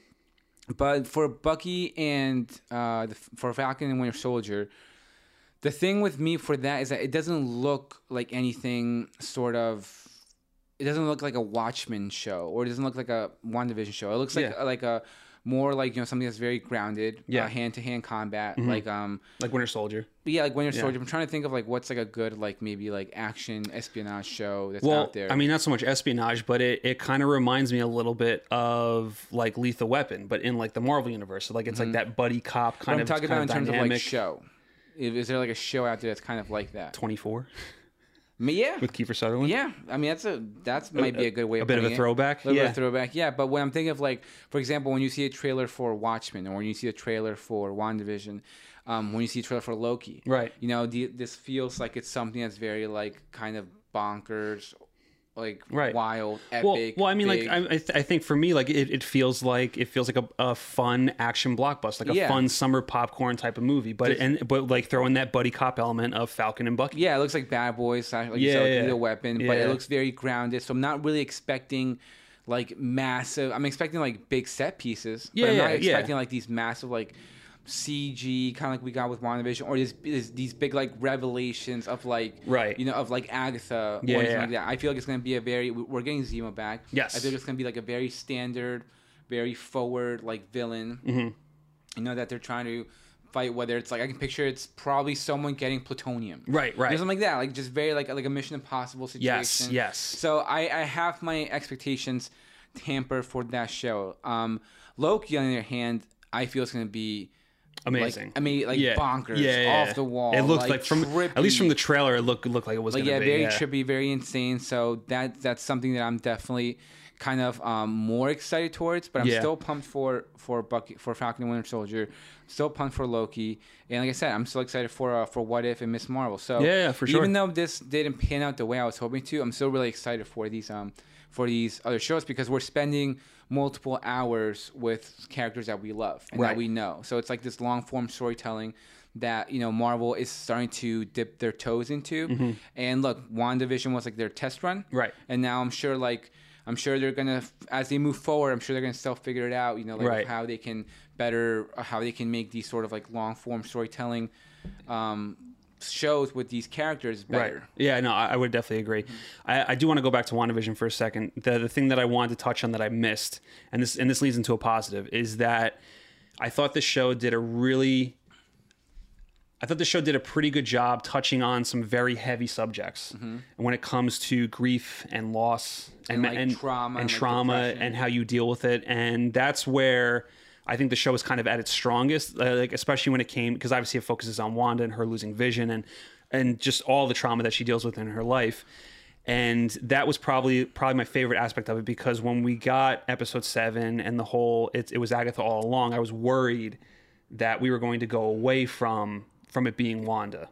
Speaker 2: but for Bucky and uh, the, for Falcon and Winter Soldier, the thing with me for that is that it doesn't look like anything sort of. It doesn't look like a Watchmen show, or it doesn't look like a WandaVision show. It looks like
Speaker 1: Yeah.
Speaker 2: like a more like you know something that's very grounded,
Speaker 1: Yeah.
Speaker 2: hand to hand combat, like um,
Speaker 1: Like Winter Soldier.
Speaker 2: but yeah, like Winter
Speaker 1: Yeah.
Speaker 2: Soldier. I'm trying to think of like what's like a good like maybe like action espionage show that's
Speaker 1: Well,
Speaker 2: out there.
Speaker 1: I mean, not so much espionage, but it, it kind of reminds me a little bit of like Lethal Weapon, but in like the Marvel universe. So like it's like that buddy cop
Speaker 2: Mm-hmm. What
Speaker 1: kind
Speaker 2: I'm
Speaker 1: of
Speaker 2: talking
Speaker 1: kind
Speaker 2: about in
Speaker 1: of
Speaker 2: terms of like
Speaker 1: dynamic.
Speaker 2: show. Is is there like a show out there that's kind of like that?
Speaker 1: Twenty four
Speaker 2: I mean, yeah,
Speaker 1: with Kiefer Sutherland.
Speaker 2: yeah. I mean, that's a that's might be a good way.
Speaker 1: a bit of a
Speaker 2: putting it.
Speaker 1: throwback?
Speaker 2: A little bit
Speaker 1: Yeah.
Speaker 2: of throwback. Yeah, but when I'm thinking of like, for example, when you see a trailer for Watchmen, or when you see a trailer for WandaVision, um, when you see a trailer for Loki,
Speaker 1: Right.
Speaker 2: You know, the, this feels like it's something that's very like kind of bonkers, like
Speaker 1: Right.
Speaker 2: wild,
Speaker 1: Well,
Speaker 2: epic.
Speaker 1: well, I mean,
Speaker 2: big.
Speaker 1: like I, I, th- I think for me, like it, it feels like it feels like a, a fun action blockbuster, like a
Speaker 2: Yeah.
Speaker 1: fun summer popcorn type of movie. But and but like throw in that buddy cop element of Falcon and Bucky.
Speaker 2: Yeah, it looks like Bad Boys, slash- like you
Speaker 1: Yeah,
Speaker 2: said,
Speaker 1: yeah.
Speaker 2: the weapon, but
Speaker 1: Yeah.
Speaker 2: it looks very grounded. So I'm not really expecting like massive. I'm expecting like big set pieces.
Speaker 1: Yeah,
Speaker 2: but I'm not
Speaker 1: yeah, yeah.
Speaker 2: expecting like these massive like CG kind of like we got with WandaVision or this, this, these big like revelations of like
Speaker 1: Right.
Speaker 2: you know of like Agatha
Speaker 1: Yeah,
Speaker 2: or anything
Speaker 1: yeah.
Speaker 2: like that. I feel like it's gonna be a very we- we're getting Zemo back.
Speaker 1: Yes.
Speaker 2: I feel like it's gonna be like a very standard, very forward like
Speaker 1: Mm-hmm.
Speaker 2: villain you know that they're trying to fight whether it's like i can picture it's probably someone getting plutonium
Speaker 1: Right,
Speaker 2: You know,
Speaker 1: right.
Speaker 2: something like that like just very like like a mission impossible situation
Speaker 1: Yes, yes.
Speaker 2: so i i have my expectations tampered for that show um loki on the other hand i feel it's going to be
Speaker 1: amazing.
Speaker 2: I mean, like, bonkers, off the wall,
Speaker 1: It looked like,
Speaker 2: like,
Speaker 1: from at least
Speaker 2: trippy.
Speaker 1: from the trailer, it looked looked like it was
Speaker 2: like
Speaker 1: gonna
Speaker 2: yeah
Speaker 1: be,
Speaker 2: very trippy very insane so that that's something that i'm definitely kind of um, more excited towards but i'm
Speaker 1: Yeah.
Speaker 2: still pumped for for bucky for falcon and winter soldier still pumped for loki and like i said i'm still excited for uh, for what if and miss marvel so
Speaker 1: Yeah, yeah, for sure.
Speaker 2: even though this didn't pan out the way i was hoping to i'm still really excited for these um for these other shows because we're spending multiple hours with characters that we love and
Speaker 1: Right.
Speaker 2: that we know so it's like this long form storytelling that you know Marvel is starting to dip their toes into. And look, WandaVision was like their test run,
Speaker 1: Mm-hmm. Right.
Speaker 2: And now I'm sure like I'm sure they're gonna as they move forward, I'm sure they're gonna still figure it out. You know, like
Speaker 1: Right.
Speaker 2: how they can better how they can make these sort of like long form storytelling um, shows with these characters better. Mm-hmm.
Speaker 1: Right. Yeah, no, I, I would definitely agree. I, I do want to go back to WandaVision for a second. The the thing that I wanted to touch on that I missed, and this and this leads into a positive, is that I thought the show did a really I thought the show did a pretty good job touching on some very heavy subjects when it comes to grief and loss and,
Speaker 2: Mm-hmm. And, like, trauma
Speaker 1: and,
Speaker 2: and, like,
Speaker 1: trauma
Speaker 2: depression.
Speaker 1: and how you deal with it. And that's where I think the show was kind of at its strongest, uh, like especially when it came because obviously it focuses on Wanda and her losing vision and and just all the trauma that she deals with in her life. And that was probably probably my favorite aspect of it because when we got episode seven and the whole it, it was Agatha all along, I was worried that we were going to go away from from it being Wanda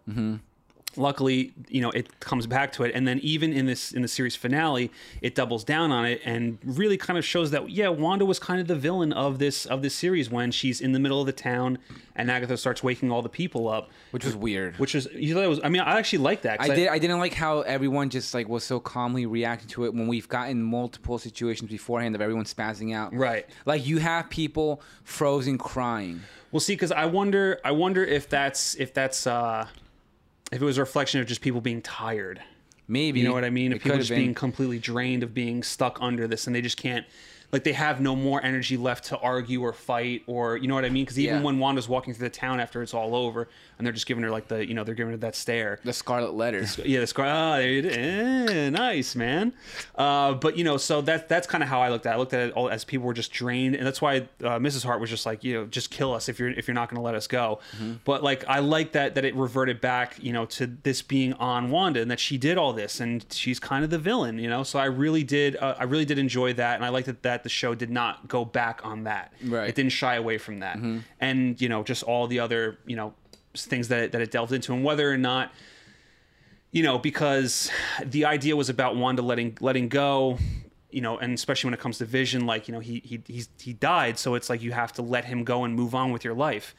Speaker 1: luckily you know it comes back to it and then even in this in the series finale it doubles down on it and really kind of shows that yeah wanda was kind of the villain of this of this series when she's in the middle of the town and agatha starts waking all the people up
Speaker 2: which was weird.
Speaker 1: which is you thought it was i mean i actually like that 'cause
Speaker 2: I did. I didn't like how everyone just like was so calmly reacting to it when we've gotten multiple situations beforehand of everyone spazzing out.
Speaker 1: Right.
Speaker 2: Like you have people frozen crying.
Speaker 1: Well, see, because I wonder, I wonder if that's if that's uh if it was a reflection of just people being tired.
Speaker 2: Maybe
Speaker 1: You know what I mean?
Speaker 2: It
Speaker 1: If people
Speaker 2: could've
Speaker 1: just
Speaker 2: been.
Speaker 1: being completely drained of being stuck under this, and they just can't, like, they have no more energy left to argue or fight, or you know what I mean? Because even
Speaker 2: Yeah.
Speaker 1: when Wanda's walking through the town after it's all over, and they're just giving her like the, you know, they're giving her that stare.
Speaker 2: the Scarlet Letter.
Speaker 1: Yeah, the scar. Ah, there it is. Eh, nice, man. Uh, but you know, so that that's kind of how I looked at. it. I looked at it all as people were just drained, and that's why uh, Mrs. Hart was just like, you know, just kill us if you're if you're not going to let us go. But like, I like that that it reverted back, you know, to this being on Wanda and that she did all this and she's kind of the villain, you know. So I really did, uh, I really did enjoy that, and I liked that that the show did not go back on that.
Speaker 2: Right.
Speaker 1: it didn't shy away from that, and you know, just all the other, you know. Things that, it- that it delved into, and whether or not you know, because the idea was about Wanda letting letting go, you know, and especially when it comes to Vision, like you know, he he he's, he died, so it's like you have to let him go and move on with your life.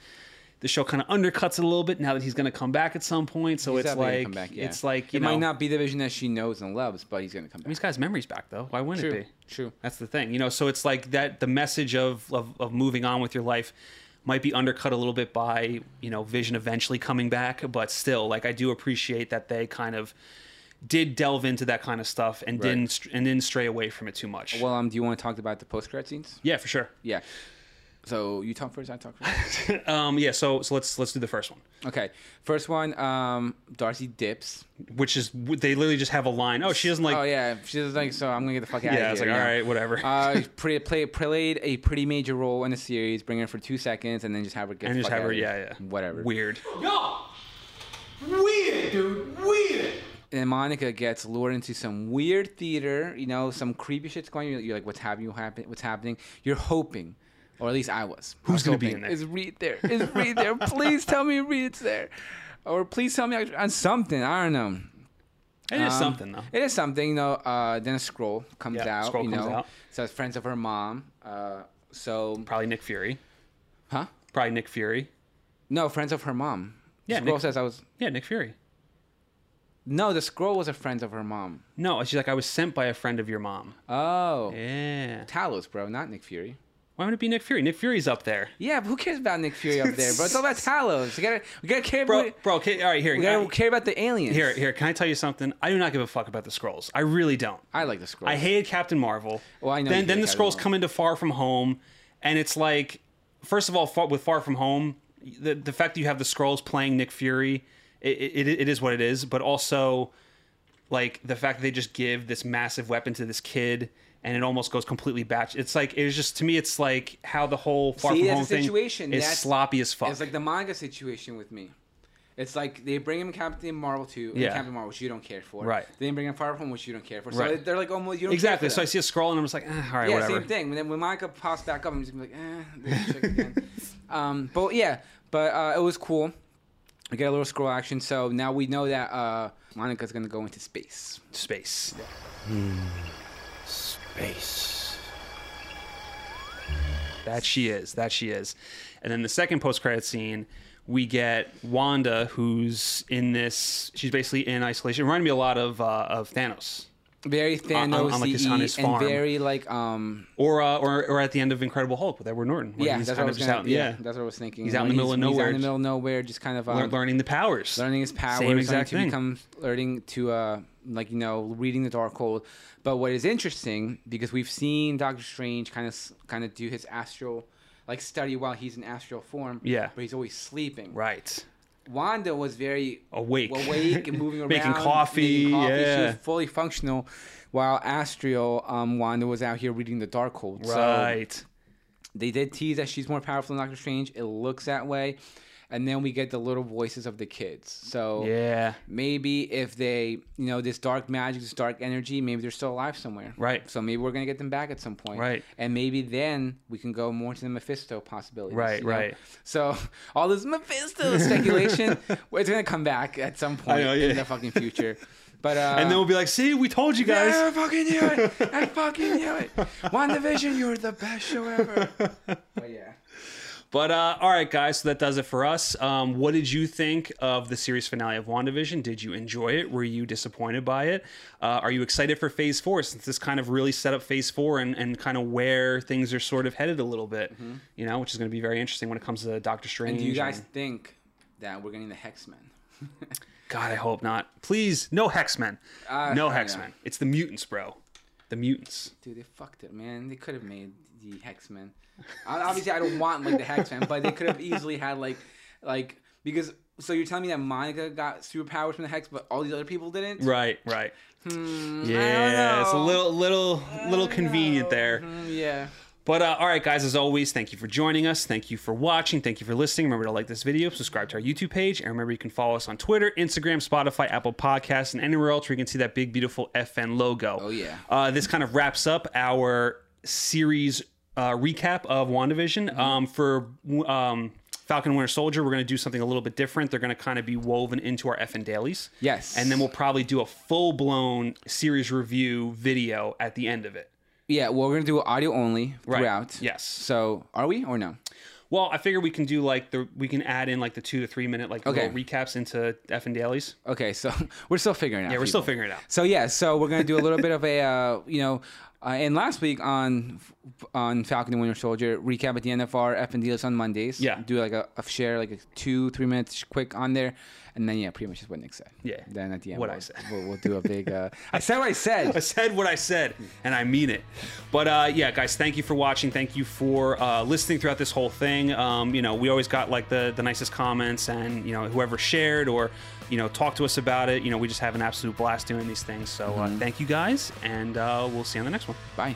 Speaker 1: The show kind of undercuts it a little bit now that he's going to come back at some point, so
Speaker 2: He's
Speaker 1: it's
Speaker 2: definitely gonna
Speaker 1: like
Speaker 2: come back, yeah.
Speaker 1: it's like you
Speaker 2: it
Speaker 1: know,
Speaker 2: might not be the vision that she knows and loves, but he's gonna
Speaker 1: I
Speaker 2: come
Speaker 1: mean,
Speaker 2: back.
Speaker 1: he's got his memories back though. Why wouldn't
Speaker 2: True,
Speaker 1: it be?
Speaker 2: true.
Speaker 1: That's the thing, you know. So it's like that. The message of of, of moving on with your life might be undercut a little bit by you know Vision eventually coming back, but still, like I do appreciate that they kind of did delve into that kind of stuff and
Speaker 2: Right.
Speaker 1: didn't str- and didn't stray away from it too much.
Speaker 2: Well, um, do you want to talk about the post credit scenes?
Speaker 1: yeah, for sure.
Speaker 2: Yeah. So you talk first. I
Speaker 1: [laughs]
Speaker 2: talk first.
Speaker 1: Um, yeah. So so let's let's do the first one,
Speaker 2: okay. First one. Um, Darcy dips.
Speaker 1: which is they literally just have a line. Oh, she doesn't like.
Speaker 2: oh yeah, she's like, so I'm gonna get the fuck out
Speaker 1: Yeah, I
Speaker 2: of
Speaker 1: was
Speaker 2: here.
Speaker 1: like, all right, whatever.
Speaker 2: uh, play, play, played a pretty major role in the series. Bring her for two seconds, and then just have her get
Speaker 1: and
Speaker 2: the
Speaker 1: just
Speaker 2: fuck
Speaker 1: have her,
Speaker 2: outta
Speaker 1: yeah,
Speaker 2: here.
Speaker 1: yeah,
Speaker 2: whatever.
Speaker 1: Weird.
Speaker 6: Yo! Weird, dude. Weird.
Speaker 2: And Monica gets lured into some weird theater. You know, some creepy shit's going. You're, you're like, what's happening? What happen- What's happening? You're hoping, or at least I was. I was
Speaker 1: gonna be
Speaker 2: hoping,
Speaker 1: in there?
Speaker 2: Is Reed there? Is
Speaker 1: [laughs]
Speaker 2: Reed there? please tell me Reed's there, or please tell me I- on something. I don't know.
Speaker 1: It is
Speaker 2: Um,
Speaker 1: something though.
Speaker 2: It is something, you know. Uh, then a scroll comes
Speaker 1: Yeah,
Speaker 2: out.
Speaker 1: scroll
Speaker 2: you
Speaker 1: comes
Speaker 2: know,
Speaker 1: out.
Speaker 2: so it's friends of her mom. Uh, so
Speaker 1: Probably Nick Fury.
Speaker 2: huh?
Speaker 1: Probably Nick Fury.
Speaker 2: No, friends of her mom.
Speaker 1: Yeah,
Speaker 2: scroll
Speaker 1: Nick-
Speaker 2: says I was.
Speaker 1: Yeah, Nick Fury.
Speaker 2: No, the scroll was a friend of her mom.
Speaker 1: No, she's like, I was sent by a friend of your mom. Uh,
Speaker 2: Oh,
Speaker 1: Yeah.
Speaker 2: Talos, bro, not Nick Fury.
Speaker 1: Why would it be Nick Fury? Nick Fury's up there.
Speaker 2: Yeah, but who cares about Nick Fury up there, bro? It's
Speaker 1: [laughs]
Speaker 2: all about Talos. We gotta, we gotta care
Speaker 1: Bro,
Speaker 2: about.
Speaker 1: bro, okay, all right, here.
Speaker 2: we gotta
Speaker 1: I-
Speaker 2: care about the aliens.
Speaker 1: Here, here, can I tell you something? I do not give a fuck about the scrolls. I really don't.
Speaker 2: I like the scroll.
Speaker 1: I hated Captain Marvel.
Speaker 2: Well, I know you
Speaker 1: Then,
Speaker 2: hate
Speaker 1: then the
Speaker 2: Captain
Speaker 1: scrolls
Speaker 2: Marvel.
Speaker 1: come into Far From Home, and it's like, first of all, far, with Far From Home, the, the fact that you have the scrolls playing Nick Fury, it, it, it is what it is. But also, like the fact that they just give this massive weapon to this kid, and it almost goes completely batch. It's like it was just to me, it's like how the whole Far
Speaker 2: See,
Speaker 1: From
Speaker 2: that's
Speaker 1: Home
Speaker 2: the
Speaker 1: thing
Speaker 2: situation.
Speaker 1: is
Speaker 2: That's-
Speaker 1: sloppy as fuck.
Speaker 2: It's like the manga situation with me. It's like they bring him Captain Marvel two, and
Speaker 1: Yeah.
Speaker 2: Captain Marvel, which you don't care for.
Speaker 1: Right.
Speaker 2: They bring him Fire Home, which you don't care for. So
Speaker 1: Right.
Speaker 2: they're like almost you don't
Speaker 1: exactly.
Speaker 2: Care for
Speaker 1: So I
Speaker 2: them.
Speaker 1: see a scroll, and I'm just like, ah, all right,
Speaker 2: yeah,
Speaker 1: whatever.
Speaker 2: same thing. When, then- when Monica pops back up, I'm just gonna be like, eh. this
Speaker 1: [laughs]
Speaker 2: chick again. um, but yeah, but uh, it was cool. We get a little scroll action, so now we know that uh, Monica's gonna go into space.
Speaker 1: Space.
Speaker 7: Space.
Speaker 1: That she is. That she is. And then the second post credit scene, we get Wanda, who's in this. She's basically in isolation. It reminded me a lot of uh, of Thanos,
Speaker 2: Very
Speaker 1: on-
Speaker 2: Thanos
Speaker 1: on, like, his- on his
Speaker 2: and
Speaker 1: farm.
Speaker 2: very like um
Speaker 1: or uh, or or at the end of Incredible Hulk with Edward Norton. where
Speaker 2: yeah.
Speaker 1: he's
Speaker 2: That's what
Speaker 1: kind of
Speaker 2: I was
Speaker 1: just
Speaker 2: gonna,
Speaker 1: out-
Speaker 2: yeah, That's what I was thinking.
Speaker 1: He's out in
Speaker 2: When
Speaker 1: the middle of
Speaker 2: He's out
Speaker 1: nowhere.
Speaker 2: in the middle of nowhere, just kind of um,
Speaker 1: Lear- learning the powers.
Speaker 2: learning his powers,
Speaker 1: Same exact
Speaker 2: learning
Speaker 1: thing.
Speaker 2: to become, learning to uh, like you know, reading the dark hole. But what is interesting because we've seen Doctor Strange kind of kind of do his astral like study while he's in astral form.
Speaker 1: Yeah.
Speaker 2: but he's always sleeping.
Speaker 1: right.
Speaker 2: Wanda was very
Speaker 1: Awake.
Speaker 2: awake and moving
Speaker 1: [laughs]
Speaker 2: around,
Speaker 1: Making coffee,
Speaker 2: She
Speaker 1: yeah.
Speaker 2: was fully functional, while astral um, Wanda was out here reading the dark hole.
Speaker 1: Right.
Speaker 2: They did tease that she's more powerful than Doctor Strange. It looks that way. And then we get the little voices of the kids. So
Speaker 1: Yeah.
Speaker 2: maybe if they, you know, this dark magic, this dark energy, maybe they're still alive somewhere.
Speaker 1: Right.
Speaker 2: So maybe we're gonna get them back at some point.
Speaker 1: Right.
Speaker 2: And maybe then we can go more to the Mephisto possibilities.
Speaker 1: Right,
Speaker 2: you know?
Speaker 1: right.
Speaker 2: So [laughs] all this
Speaker 1: [laughs]
Speaker 2: Mephisto speculation, well, it's gonna come back at some point
Speaker 1: know, yeah.
Speaker 2: in the
Speaker 1: [laughs]
Speaker 2: fucking future. But uh,
Speaker 1: And then we'll be like, see, we told you guys.
Speaker 2: yeah, I fucking knew
Speaker 1: [laughs]
Speaker 2: it. I fucking knew it. WandaVision, you were the best show
Speaker 1: [laughs]
Speaker 2: ever. But yeah.
Speaker 1: But uh, all right, guys, so that does it for us. Um, what did you think of the series finale of WandaVision? Did you enjoy it? Were you disappointed by it? Uh, are you excited for Phase Four since this kind of really set up Phase Four and, and kind of where things are sort of headed a little bit? You know, which is going to be very interesting when it comes to Doctor Strange.
Speaker 2: Mm-hmm. And do you guys think that we're getting the Hexmen?
Speaker 1: God, I hope not. Please, no Hexmen.
Speaker 2: Uh,
Speaker 1: no
Speaker 2: yeah.
Speaker 1: Hexmen. It's the mutants, bro. The mutants.
Speaker 2: Dude, they fucked it, man. They could have made the Hexmen. I- Obviously, I don't want like the Hexmen, but they could have easily had like, like because. So you're telling me that Monica got superpowers from the Hex, but all these other people didn't?
Speaker 1: Right, right. yeah, it's a
Speaker 2: Hmm, know.
Speaker 1: little, little, little convenient there.
Speaker 2: Mm, Yeah.
Speaker 1: But uh, all right, guys, as always, thank you for joining us. Thank you for watching. Thank you for listening. Remember to like this video, subscribe to our YouTube page, and remember you can follow us on Twitter, Instagram, Spotify, Apple Podcasts, and anywhere else where you can see that big, beautiful FN logo. Oh,
Speaker 2: yeah.
Speaker 1: Uh, this kind of wraps up our series uh, recap of WandaVision.
Speaker 2: Mm-hmm.
Speaker 1: Um, for um, Falcon Winter Soldier, we're going to do something a little bit different. They're going to kind of be woven into our FN dailies.
Speaker 2: Yes.
Speaker 1: And then we'll probably do a full blown series review video at the end of it.
Speaker 2: Yeah. Well, we're gonna do audio only
Speaker 1: Right.
Speaker 2: throughout.
Speaker 1: Yes.
Speaker 2: So are we or no?
Speaker 1: Well, I figure we can do like the we can add in like the two to three minute like
Speaker 2: Okay.
Speaker 1: little recaps into F and dailies.
Speaker 2: Okay. So [laughs] we're still figuring it out.
Speaker 1: Yeah, we're still
Speaker 2: people.
Speaker 1: figuring it out.
Speaker 2: So yeah, so we're gonna do a little bit of a uh, you know, uh, and last week on on Falcon and Winter Soldier recap at the end of our F and D list on Mondays.
Speaker 1: Yeah.
Speaker 2: do like a, a share like a two three minutes quick on there, and then yeah, pretty much just what Nick said.
Speaker 1: Yeah.
Speaker 2: Then at the end,
Speaker 1: What I
Speaker 2: we'll,
Speaker 1: said.
Speaker 2: We'll, we'll do a big.
Speaker 1: [laughs]
Speaker 2: Uh, I said what I
Speaker 1: I
Speaker 2: said.
Speaker 1: said what I said, and I mean it. But uh, yeah, guys, thank you for watching. Thank you for uh, listening throughout this whole thing. Um, you know, we always got like the the nicest comments, and you know, whoever shared or you know talked to us about it. You know, we just have an absolute blast doing these things. So uh, thank you guys, and uh, we'll see you on the next one.
Speaker 2: Bye.